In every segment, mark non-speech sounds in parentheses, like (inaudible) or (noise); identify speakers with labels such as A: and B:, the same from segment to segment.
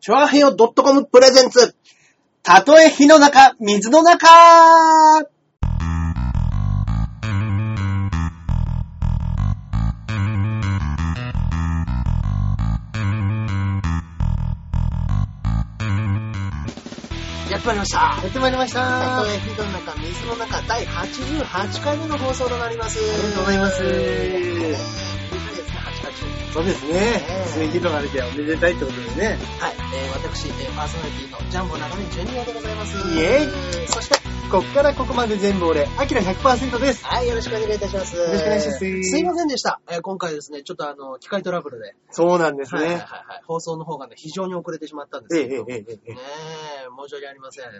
A: チョアヘヨ .com プレゼンツ。たとえ火の中、水の中
B: やってまいりました。
A: やってまいりました。
B: た
A: あ
B: とえ火の中、水の中、第88回目の放送となります。あ
A: りがとうございます。
B: は
A: そうですね
B: え。
A: 水広がりでおめでたいってことでね。
B: い、えー、私、えーパーソナリティのジャンボ中身ジュニアでございます。
A: イエ
B: イそして、
A: こっからここまで全部俺、アキラ100%です。
B: はい、よろしくお願いいたします。よ
A: ろしくお願いします
B: すいませんでした。えー今回ですね、ちょっとあの、機械トラブルで、
A: そうなんです
B: はいはいはい
A: ね。
B: はい、放送の方がね、非常に遅れてしまったんです
A: ええ
B: けど、
A: えええええ
B: ねえ、申し訳ありません。は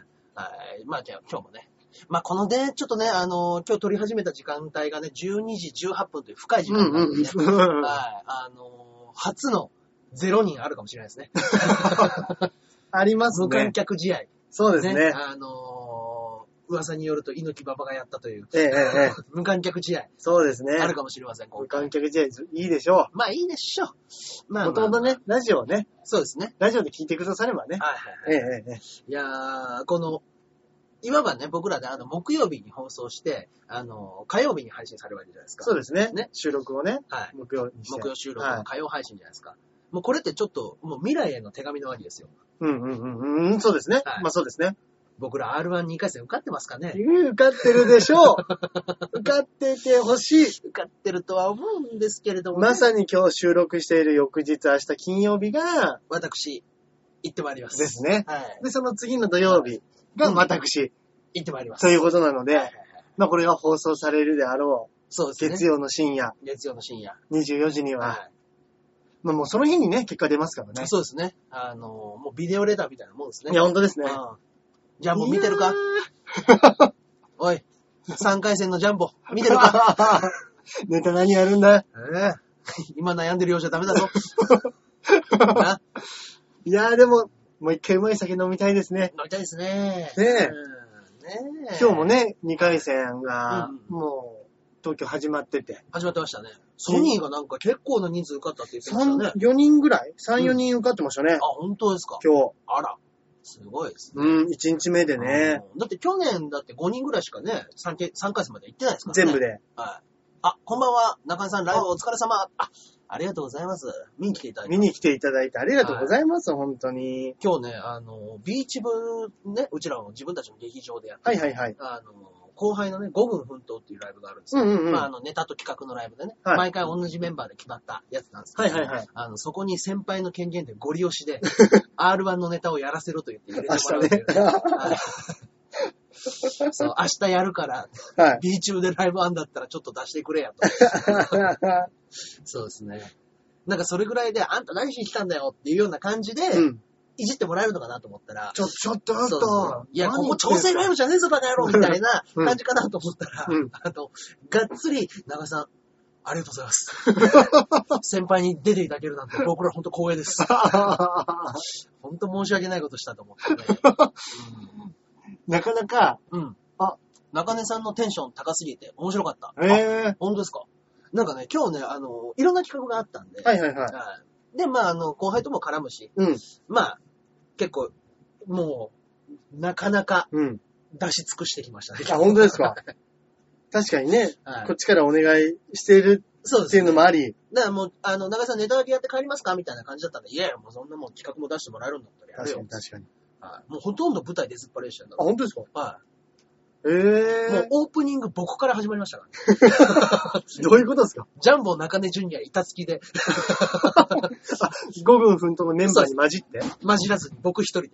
B: い。まあじゃあ今日もね。まあこのね、ちょっとね、あの、今日撮り始めた時間帯がね、12時18分という深い時
A: うん
B: 間
A: (laughs)
B: なんでね。
A: うん。
B: はい。あの、初の0人あるかもしれないですね。
A: (laughs) あります
B: 無観
A: ね。
B: 客試合。
A: そうですね。
B: あの、噂によると猪木馬場がやったという、
A: ええええええ
B: (laughs) 無観客試合、
A: そうですね。
B: あるかもしれません、今
A: 無
B: 回。
A: 観客試合、いいでしょ
B: まあいいでしょう。
A: う。
B: まあ、
A: もともとね、ラジオをね、
B: そうですね。
A: ラジオで聞いてくださればね。
B: はいはいはい。
A: ええええええ
B: いやー、この、いわばね、僕らであの、木曜日に放送して、あの、火曜日に配信されるわけじゃないですか。
A: そうですね
B: ね。
A: 収録をね、
B: はい。
A: 目標にして。
B: 木曜収録、
A: はい
B: 火曜配信じゃないですか。もうこれってちょっと、もう未来への手紙なわけですよ。
A: うんうんうんうん、そうですね。
B: はい
A: まあそうですね。
B: 僕ら R12 回戦受かってますかね
A: 受かってるでしょう受かっててほしい
B: 受かってるとは思うんですけれども、
A: ま
B: に。
A: さに今日収録している翌日、明日金曜日が、
B: 私、行ってまいります。
A: ですね。
B: はい。
A: で、その次の土曜日が
B: うん
A: 私、
B: 行ってまいります。
A: ということなの
B: はいはい
A: で
B: は、い
A: まあこれが放送されるであろ
B: そうで
A: う、
B: すね。
A: 月曜の深夜、
B: 月曜の深夜。
A: 24時には、
B: は
A: まあもうその日にね、結果出ますからね
B: い。。そうですね。あの、もうビデオレターみたいなもんですね。
A: いや、本当ですね。
B: うんジャンボ見てるか
A: いや
B: おい、3回戦の
A: (laughs)
B: ジャンボ、見てるか
A: ー (laughs) ネタ何やるんだ
B: (laughs) 今悩んでるようじゃダメ
A: (laughs)
B: だぞ。ない
A: やーでも、もう一回うまい酒飲みたいですね。
B: 乗りたいですね。
A: ねえ
B: うんねえ
A: 今日も。ね、2回戦が
B: うん、
A: もう、東京始まってて。
B: 始まってましたね。ソニーがなんか結構な人数受かったって言ってましたね。
A: 4人ぐらい ?3、
B: う
A: 4
B: ん
A: 人受かってましたね
B: あ、。本当ですか。
A: 今日。
B: あら、すごいですね。
A: うん、1日目でね。
B: うんだって去年だって5人ぐらいしかね、3, け3回戦まで行ってないですからね。
A: 全部。で。
B: はい。あ、こんばんは。中根さん、ライブお疲れ様。あ、ありがとうございます。見に来ていただいて
A: 見。に来ていただいてありがとうございます、本当に。
B: 今日ね、あの、ビーチ部、ね、うちらの自分たちの劇場でやって
A: はいはいはい。
B: あの、後輩のね、5分奮闘っていうライブがあるんです
A: うん
B: よ。
A: うんうん。
B: まあ、あ
A: は
B: の、ネタと企画のライブでね、
A: はい
B: 毎回同じメンバーで決まったやつなんですけど、
A: いはいはい。
B: あの、そこに先輩の権限でゴリ押し
A: (laughs)
B: で、R1 のネタをやらせろと言って入れて
A: 明
B: もらう
A: 日
B: ってい
A: ね
B: う。はいそう、明日やるから、。
A: はい (laughs)
B: ビーチ部でライブあんだったらちょっと出してくれやと。そうですね。なんかそれぐらいで、あんた何しに来たんだよっていうような感じで、
A: うん。
B: いじってもらえるのかなと思ったら、
A: ちょ、ちょっとあ
B: そう
A: と。
B: いや、ここ
A: 何言
B: 調
A: って
B: 整
A: んの
B: ライブじゃねえぞ、バカ野郎みたいな
A: うん
B: 感じかなと思ったら、
A: うん
B: あの、がっつり、長井さん、ありがとうございます。
A: (laughs)
B: 先輩に出ていただけるなんて、僕ら本当光栄です。本当申し訳ないことしたと思ってね。
A: (laughs) なかなか、
B: うん。うん
A: あ、
B: 中根さんのテンション高すぎて面白かった。
A: え
B: あ
A: え。
B: 本当ですかなんかね、今日ね、あの、いろんな企画があったんで、
A: はいはいはい。
B: はいで、まあ、あの、後輩とも絡むし、
A: うん。
B: まあ、結構、もう、なかなか
A: うん。
B: 出し尽くしてきましたね。
A: あ、本当ですか。確かにね、
B: (laughs) はい
A: こっちからお願いしている
B: そうで
A: ってい
B: す
A: う
B: ね
A: の。もあり、
B: だからもう、あの、長井さんネタだけやって帰りますかみたいな感じだったんで、いやいや、もうそんなもん企画も出してもらえるんだったらやる
A: 確か
B: よ
A: に。確かに。
B: はいもうほとんど舞台出ずっぱりでしたんだ
A: あ、本当ですか
B: は
A: ええ
B: い。もうオープニング僕から始まりましたからね。
A: どういうことですか
B: ジャンボ中根ジュニア板付きで、
A: ?5 分奮闘のメンバーに混じって。
B: 混じらずに僕一人で。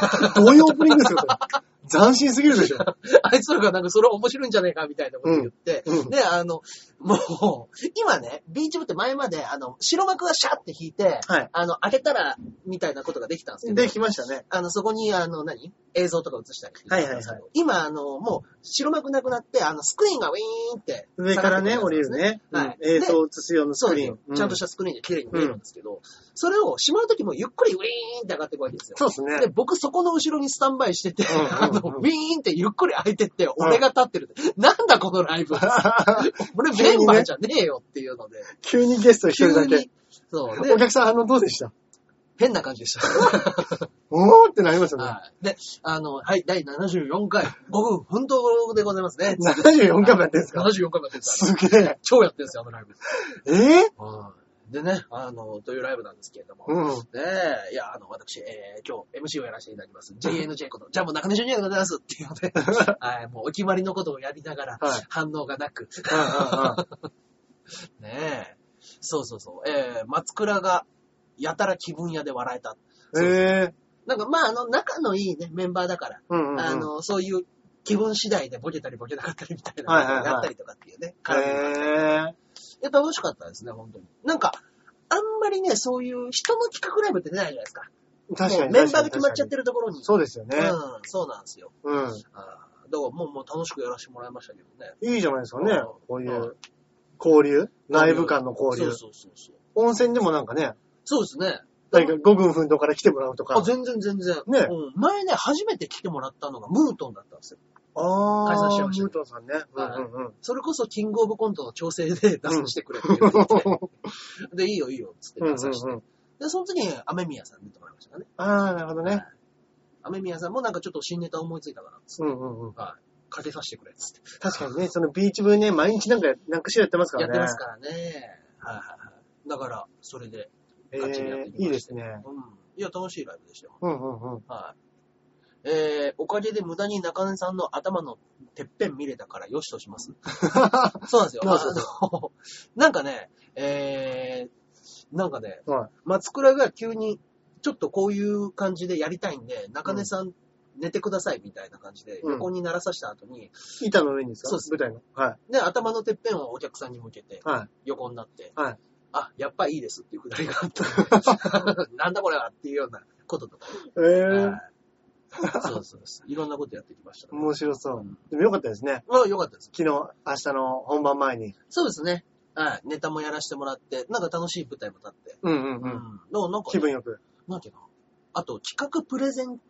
B: (laughs)
A: どういうオープニングですか (laughs) それ斬新すぎるでしょ。
B: あいつらがなんかそれ面白いんじゃねえかみたいなこと言って、
A: うんうん
B: で、あの、もう、今ね、ビーチ部って前まで、あの、白幕がシャーって引いて、
A: はい
B: あの、開けたら、みたいなことができたんですけど、
A: で、来ましたね。
B: あの、そこに、あの、何映像とか映したりとかしたんですけど。今、あの、もう、白幕なくなって、あの、スクリーンがウィーンって。
A: 上からね、降りる。ね。
B: はい
A: うん映像を映すようなス
B: そう
A: ク
B: で
A: リ
B: す
A: ー
B: よ
A: ン。う。ん
B: ちゃんとしたスクリーンで綺麗に見えるんですけど、それをしまうときもゆっくりウィーンって上がっていくわけですよ。
A: そうですね
B: で、。僕そこの後ろにスタンバイしてて、
A: うんうんうん
B: あの、ウィーンってゆっくり開いてって、俺が立ってるって、なんだこの
A: (laughs)
B: ライブ俺メンバーじゃねえよっていうので、
A: 急にゲスト一
B: 急
A: 人だけ。
B: に、そう、
A: お
B: で、
A: 客さん反応どうでした
B: 変な感じでした。
A: おーってなりましたね。
B: はい。で、あの、はい、第74回、5分
A: (laughs)
B: 奮闘でございますね。
A: 74回もやってんすか
B: ?74 回もやってんす
A: すげえ。
B: 超やってんすよ、あのライブ。
A: えー、
B: はいでね、あの、というライブなんですけれども。
A: うん。
B: ねえ、いや、あの、私、えー、今日 MC をやらせていただきます。JNJ
A: (laughs)
B: こと、ジャンボ中根ジュニアでございますっていうので、はい、もうお決まりのことをやりながら
A: はい、
B: 反応がなく。 (laughs) ねえ。そうそうそう。えー、松倉が、やたら気分屋で笑えた。
A: うんうんうん。えー。
B: なんか、まあ、あの、仲のいいね、メンバーだから、
A: うんうんうん。
B: あの、そういう気分次第でボケたりボケなかったりみたい
A: はいはいは
B: な
A: い
B: やったりとかっていうね、絡みが
A: えー。
B: いや、楽しかったですね、本当に。なんか、あんまりね、そういう人の企画ライブって出ないじゃないですか。
A: 確か
B: も
A: に。
B: うメンバーが決まっちゃって
A: る。
B: るところに。
A: そうですよね。
B: うん、そうなんですよ。
A: うん。
B: あーだからもう、もう楽しくやらせてもらいましたけどね。
A: いいじゃないですかね
B: うん。
A: こういうう交流。ライブ間の交流。
B: そうそうそうそう。
A: 温泉でもなんかね、
B: そうですね。
A: 誰か5分奮闘から来てもらうとか。
B: あ、全然全然。
A: ね
B: うん前ね、初めて来てもらったのがムートンだったんですよ。
A: あ
B: 解散しちゃいました
A: ム
B: ね
A: ートンさんね。う
B: はい
A: んうんうん。
B: それこそキングオブコントの調整で出させてくれ
A: (laughs)
B: って言ってて、で、いいよいいよ、つって
A: うんうん
B: 出させて。
A: うん。
B: で、その時に雨宮さん出てもらいましたからね。
A: ああ、なるほどね。
B: 雨宮さんもなんかちょっと新ネタ思いついたから、つっ
A: うんうんうん。
B: てはい。かけさせてくれ、つって。
A: 確かにね、そのビーチ部ね、毎日なんか、なんかしらやってますからね。
B: やってますからね。はいはいはい。だから、それで、らガチにやって
A: え
B: き
A: ー、
B: ました
A: いいですね。
B: うん。いや、楽しいライブでしたよ。
A: うんうんうん。
B: はい。えー、おかげで無駄に中根さんの頭のてっぺん見れたからよしと
A: (laughs)
B: します。そうなんですよ。
A: まあそう
B: あのなんかね、えー、なんかね、
A: はい
B: 松倉が急に、ちょっとこういう感じでやりたいんで、中根さん寝てくださいみたいな感じで、
A: うん
B: 横に鳴らさした後に、
A: 板の上にですか
B: そうです
A: 舞台の。はい。
B: で、頭のてっぺんをお客さんに向けて、
A: はい。
B: 横になって、
A: はい
B: あ、やっぱいいですっていうくだりが
A: (laughs)
B: あったんでなんだこれはっていうようなこととか。
A: え
B: は
A: ー
B: い、そうそうです。いろんなことやってきましたね、。
A: 面白そううんでもよかったですね。
B: まあ、よかったです。
A: 昨日、明日の本番前に。
B: そうですね。はい。ネタもやらせてもらって、なんか楽しい舞台も立って。
A: うんうん
B: う
A: うん。
B: だからなんか、
A: 気分よく。
B: なんていうのあと、企画プレゼン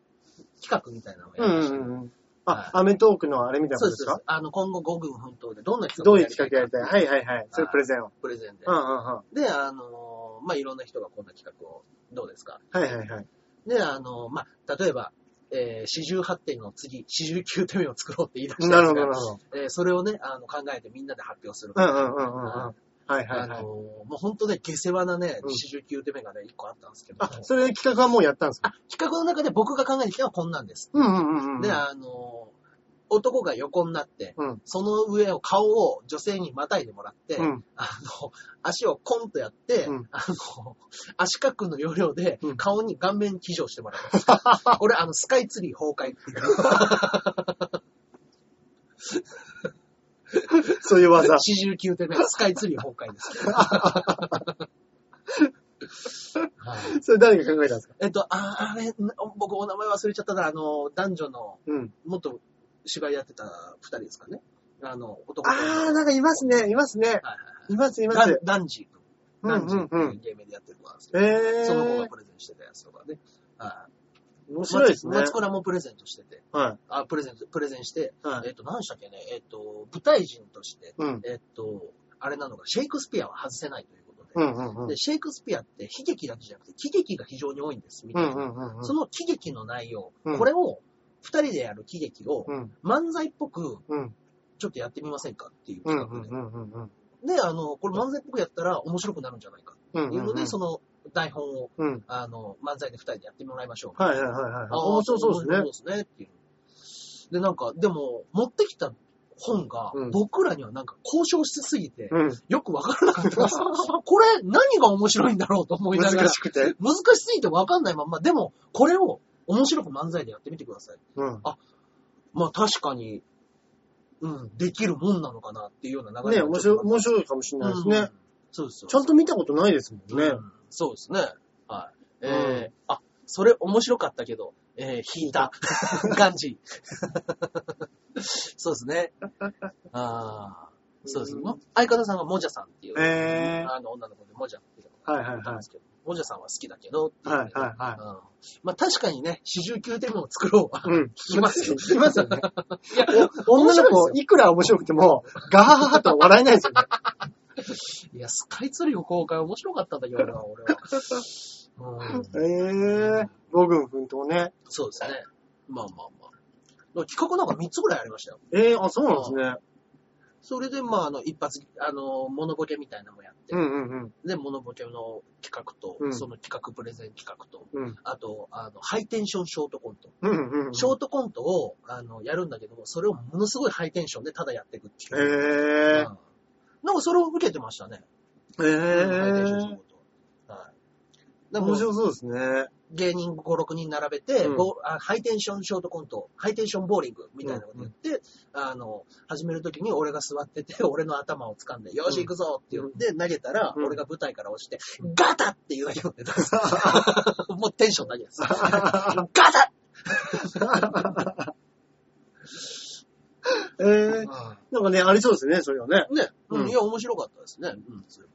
B: 企画みたいなのを
A: う
B: やり
A: ん
B: ま
A: う
B: したね、
A: んうん。あ、アメトークのあれみたいなこ
B: そう
A: と
B: で
A: ですす
B: そう
A: か
B: です。あの、今後5軍奮闘で、どんな企画
A: ど
B: を
A: ういう
B: り
A: 企画やりたいはいはいはい。それプレゼンを。
B: プレゼンで
A: うん。うんうん。は
B: で、あのー、まあ、いろんな人がこんな企画を、どうですか
A: いはいはい。
B: で、あの、まあ、例えば、えー、四十八点の次、四十九点目を作ろうって言い出したん
A: なるほど
B: です
A: なる
B: が、
A: ほど。
B: えー、それをね、あの、考えてみんなで発表する。
A: うんうんうんうんうん。はいは
B: あ
A: いは
B: のー、
A: い。
B: もう本当ね、下世話なね
A: うん、
B: 四十九点目がね、一個あったんですけど、
A: あ、それで企画はもうやったんですか
B: あ企画の中で僕が考えてきたのはこんなんです。
A: うんうんうんうん。
B: で、あのー、男が横になって、
A: うん
B: その上を、顔を女性にまたいでもらって、
A: うん。
B: あの、足をコンとやって、
A: うん
B: あの、足かくの要領で
A: うん、
B: 顔に顔面騎乗してもらい
A: (laughs)
B: ます。俺、あの、スカイツリー崩壊っていう。
A: そういう技。
B: 49点目、スカイツリー崩壊です。はい
A: (laughs) それ誰が考えたんですか
B: えっと、ああれ、な僕お名前忘れちゃったな、あの、男女の、
A: うん。
B: もっと芝居やってた二人ですかね。あの、男と
A: あ
B: 女の
A: ー、なんかいますね、いますね。
B: はい
A: ます、いま
B: はいはい。
A: す。
B: ダンジー
A: うん
B: 君。ダンジー
A: うんう
B: 君
A: ん
B: ゲームでやってる子なんですけ
A: え
B: ど、その子
A: ー
B: が、プレゼンしてたやつとかね。はい
A: 面白いですね。
B: 松倉もプレゼントしてて、
A: は
B: あ、プレゼント、プレゼンして、
A: い。は
B: え
A: い。
B: っ、と、何でしたっけね、えっ、と、舞台人として、
A: うん。
B: えっ、と、あれなのが、シェイクスピアは外せないということで、
A: うんうんうん。
B: で、シェイクスピアって悲劇だけじゃなくて、喜劇が非常に多いんです、み
A: う
B: たいな。
A: んうんうんうん。
B: その喜劇の内容、
A: うん
B: これを、二人でやる喜劇を、
A: うん
B: 漫才っぽく、
A: うん
B: ちょっとやってみませんかっていう
A: うんうん
B: 企画で。
A: うんうんうん。
B: で、あの、これ漫才っぽくやったら面白くなるんじゃないか
A: うん
B: っていうので、その台本を、
A: うん。
B: あの、漫才で二人でやってもらいましょう。
A: はいはいはいはい。
B: あー
A: 面白そうですね。
B: 面白そうですね。っていう。で、なんか、でも、持ってきた本が
A: うん、
B: 僕らにはなんか交渉しすぎて、
A: うん。
B: よくわからなかった
A: (laughs)
B: です。これ、何が面白いんだろうと思いながら
A: 難、しくて。
B: 難しすぎてわかんないまんま、でも、これを面白く漫才でやってみてください。
A: うん。
B: まあ、確かに、うん、できるもんなのかなっていうような流れ
A: ね
B: が
A: 面
B: ちょ
A: 白
B: っ
A: い、面白い
B: と
A: かもしれないです
B: う
A: ね
B: ん。そうですよ
A: ちゃんと見たことないですもんね
B: う。んそうですね。はい。え
A: う
B: ーあ、それ面白かったけど、えー引いた感じ。 (laughs) そうですね。ああ、そうですね。相方さんはもじゃさんっていう、
A: え
B: あの女の子でもじゃっていうの
A: ー。はいはい
B: がいるん
A: は
B: ですけど、もじゃさんは好きだけどって
A: い。
B: いうね、
A: はいはいはい。
B: うんまあ確かにね、四十九点も作ろうは、
A: うん。
B: 聞きますよ。
A: 聞きますよね。
B: (laughs) いや、
A: お女の
B: 面白
A: 子、いくら面白くても、ガハハハとは笑えないですよね。
B: いや、スカイツリーを公開面白かったんだけどな、俺は。うん
A: ええ五軍奮闘ね。
B: そうですね。まあまあまあ。だから企画なんか3つぐらいありましたよ。
A: ええあ、そうなんで
B: それで、まあ、あの、一発、あの、モノボケみたいなのもやって、
A: すね。うんうんうん。
B: で、モノボケの企画と、
A: うん
B: その企画プレゼン企画と、
A: うん。
B: あと、あの、ハイテンションショートコント。
A: うんうんうん。
B: ショートコントを、あの、やるんだけども、それをものすごいハイテンションでただやっていくっていう。
A: ええ
B: うんなんかそれを受けてましたね。
A: え
B: ハイテンションシ
A: え
B: ョートコント。はい。でも
A: 面白そうですね。
B: 芸人5、6人並べて、
A: うん
B: ボーあハイテンションショートコント、ハイテンションボーリングみたいなことやって、あの、始めるときに俺が座ってて、俺の頭を掴んで、よし行くぞって言って投げたら、
A: うん
B: 俺が舞台から落ちて、ガタって言うだけのネタです。もうテンションだけです。ガタ
A: ええなんかね、ありそうですね、それはね。
B: ね、うん
A: うん
B: いや、面白かったですね。うん、それ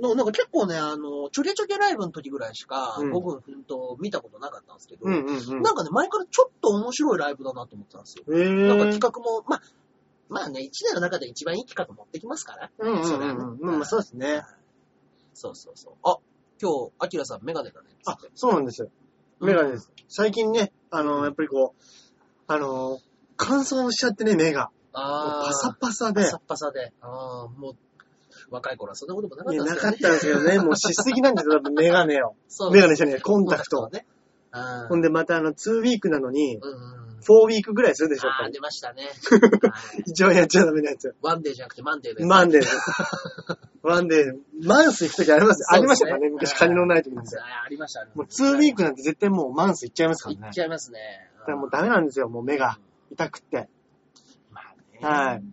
B: ものなんか結構ね、あの、ちょげちょげライブの時ぐらいしか、
A: うん
B: 僕、奮闘見たことなかったんですけど、
A: うんうんうん。
B: なんかね、前からちょっと面白いライブだなと思ってたんですよ。
A: ええ
B: なんか企画も、まあ、まあね、一年の中で一番いい企画持ってきますから。
A: うんうん
B: そう
A: う
B: だね
A: んうん。まあそうですね。
B: そうそうそう。あ、今日、アキラさんメガネだね。
A: あ、そうなんですよ。メガネです。最近ね、あの、やっぱりこう、あの、乾燥しちゃってね、目が。もう
B: あー
A: パサパサ
B: パ
A: で。
B: サッパサで。ああ、もう、若い頃はそんなこともなかっ
A: い
B: た
A: や
B: んで
A: な
B: すけ
A: かっ
B: どね。
A: たんですけどね、もうしすぎなんですよ、やっぱメガネを。
B: そう
A: メガネじゃねえ、コンタク
B: コン
A: ト。
B: ね。あ
A: ほんでまたあの、2ウィークなのに、
B: うんうん。
A: 4ウィークぐらいするでしょ、やっ
B: あ
A: ぱ
B: あ、
A: り
B: 出まし
A: (laughs)
B: たね。はい
A: 一応やっちゃダメなやつ。
B: ワンデーじゃなくてマンデーです。
A: マン
B: (laughs)
A: デーです。マンデー、マンス行くときあります
B: そうです
A: あ
B: ね
A: りましたからね、昔金のないときなんで。
B: あありましたね。
A: もう2ウィークなんて絶対もうマンス行っちゃいますからね。
B: いっ
A: だ
B: ちゃいますね。
A: からもうダメなんですよ、もう目が痛くって。
B: まあね。
A: はい。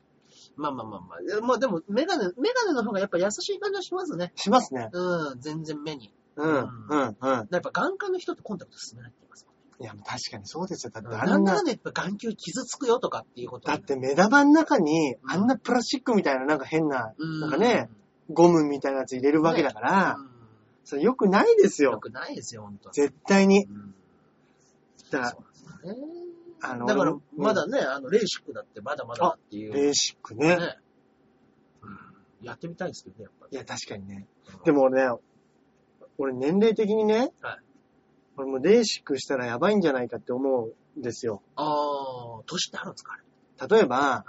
B: まあまあまあまあいや。まあでも、メガネ、メガネの方がやっぱ優しい感じはしますね。
A: しますね。
B: うん、全然目に。
A: うん、うん、うん。
B: やっぱ眼科の人ってコンタクト進めないって言いますもんね。
A: いや、もう確かにそうですよ。だってあ
B: なん
A: ん
B: なら
A: な、
B: ね、やっぱ眼球傷つくよとかっていうこと。
A: だって、目玉の中に、あんなプラスチックみたいななんか変な、
B: うん。
A: なんかね、ゴムみたいなやつ入れるわけだか
B: う
A: ら、
B: ん、
A: それ良くないです
B: よ
A: よ。
B: くないですよ、本当に。
A: 絶対に。
B: うん
A: だから
B: そ、うなんですよね
A: あの
B: だから
A: うん、
B: まだね、あの、レーシックだってまだまだだっていう。
A: ベーシックね。
B: ね、うん。やってみたいですけどね、やっぱり。
A: いや、確かにね。
B: うん
A: で、もね、俺年齢的にね、
B: はい
A: 俺もうレーシックしたらやばいんじゃないかって思うんですよ。
B: あー、年ってあるんですか、あれ。
A: 例えば、
B: は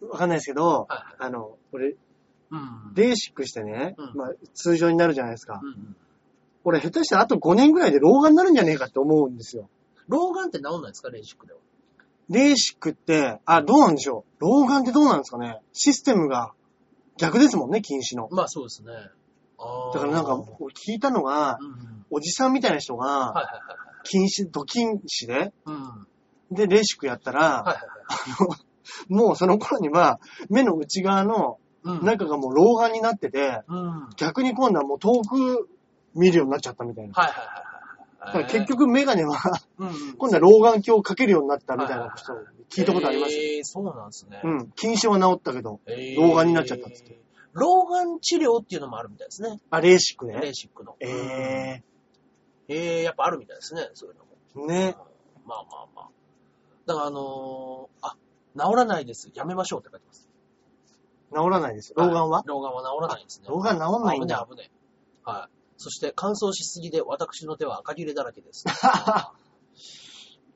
A: わかんないですけど、
B: はいはい。
A: あの、俺、
B: うん。
A: レーシックしてね、
B: うん
A: まあ、通常になるじゃないですか。
B: うんうん、
A: 俺、下手したらあと5年ぐらいで老眼になるんじゃねえかって思うんですよ。
B: 老眼って治んないですか、レーシックでは。
A: レーシックって、あ、どうなんでしょう。老眼ってどうなんですかね。システムが逆ですもんね、禁止の。
B: まあそうですね。あー。
A: だからなんか、
B: うん
A: 俺聞いたのが、
B: うん。
A: おじさんみたいな人
B: はい
A: が、
B: はいはいはい。
A: 禁止、ド禁止で、
B: うん。
A: で、レーシックやったら、
B: はいはい
A: もうその頃には、目の内側の
B: はい。うん。
A: 中がもう老眼になってて、
B: うん。はい
A: 逆に今度はもう遠く見るようになっちゃったみたいな。
B: はいはい
A: だ
B: は
A: か
B: い。
A: ら結、局メガネは、 (laughs)
B: うんうん、
A: 今度は老眼鏡をかけるようになったみたいなことを聞いたことあります。
B: えー、そうなんですね。
A: うん。禁止は治ったけど。
B: えー
A: 老眼になっちゃったっつって。
B: 老眼治療っていうのもあるみたいですね。
A: あ、レーシック
B: レ
A: ね
B: ー。シックの。え
A: え
B: ー、えー、やっぱあるみたいですね、そういうの
A: ー。
B: も。
A: ね。
B: まあまあまあ。だからあのー、あ、治らないです。やめましょうって書いてます。
A: 治らないですよ。老眼は
B: 老眼は治らないんですね。
A: 老眼治んないんだ
B: 危ねえ危ねえ。はい。そして乾燥しすぎで私の手は赤切れだらけ
A: (laughs)
B: です。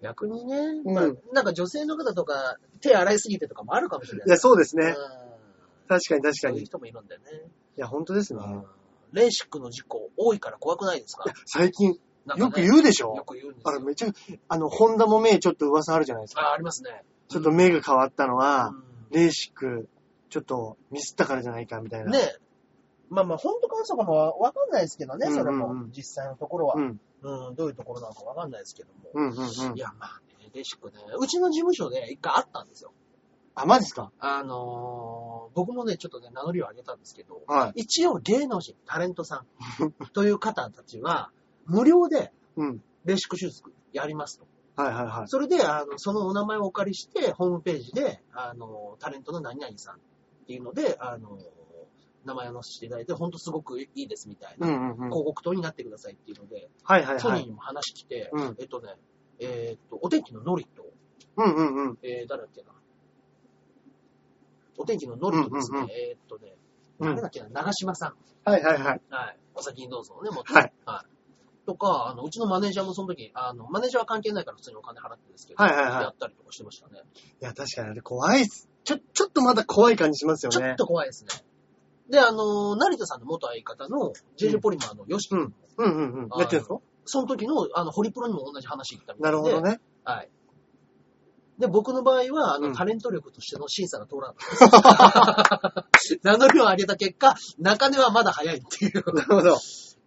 B: 逆にね、
A: うん
B: まあ、なんか女性の方とか手洗いすぎてとかもあるかもしれない
A: いや、そうです
B: う
A: ね。
B: ん
A: 確かに確か
B: そう
A: に。
B: いう
A: い
B: 人もいるんだよね。
A: や、本当ですね。
B: うんレーシックの事故多いから怖くないです
A: (laughs)
B: か
A: 最近、
B: なんか
A: よ
B: ね
A: く言うでし
B: よ
A: ょ
B: く言うんです
A: あれ
B: よ。
A: めちゃ、あの、ホンダも目ちょっと噂あるじゃないですか。
B: あ、ありますね。
A: ちょっと目が変わったのは、
B: う
A: レーシック、ちょっとミスったからじゃないかみたい
B: ん
A: な。
B: ねえ。まあまあ、本当か嘘かもわかんないですけどね、
A: うんうん
B: そ
A: うん
B: れも。実際のところは
A: う。ん。
B: うん、どういうところなのかわかんないですけども。
A: うんうんうん
B: い。や、まあね、レーシックね。うちの事務所で一回あったんですよ。
A: あ、マジっすか
B: あのー僕もね、ちょっとね、名乗りを上げたんですけど、
A: はい。
B: 一応芸能人、タレントさん
A: (laughs)
B: という方たちは、無料で
A: うん。
B: レーシック手術やりますと。
A: はいはいはい。
B: それで、あの、そのお名前をお借りして、ホームページで、あの、タレントの何々さんっていうので、あの、名前を載せていただいて、ほんとすごくいいですみたいう
A: ん
B: な、
A: うんうん。
B: 広告塔になってくださいっていうので、
A: はいはい
B: ソ
A: は
B: ニー
A: い。
B: にも話来て、
A: うん
B: えっとね、えーっと、お天気のノリと、
A: うんうんうん。
B: えー、誰だっけな、お天気のノリとですね、
A: うんうんうん
B: えーっとね、
A: うん
B: 誰だっけな、長島さん。
A: はいはいはい。
B: はい。お先にどうぞね、もっと。
A: はい。
B: とか、あの、うちのマネージャーもその時、あの、マネージャーは関係ないから普通にお金払ってるんですけど、
A: はいはいはい
B: やったりとかしてましたね。
A: いや、確かにあれ怖いっす。ちょ、ちょっとまだ怖い感じしますよ
B: ちょっ
A: ね。
B: と怖いですね。で、あの、成田さんの元相方の JJ ポリマーのヨシキ、
A: うん。うんうんうん。やってるんですか
B: その時の、あの、ホリプロにも同じ話行ったみた
A: ない
B: で。
A: るほどね。
B: はい。で、僕の場合は、あの、
A: うん
B: タレント力としての審査が通らなかったです。名乗りを上げた結果、中根はまだ早いっていう。
A: なるほど。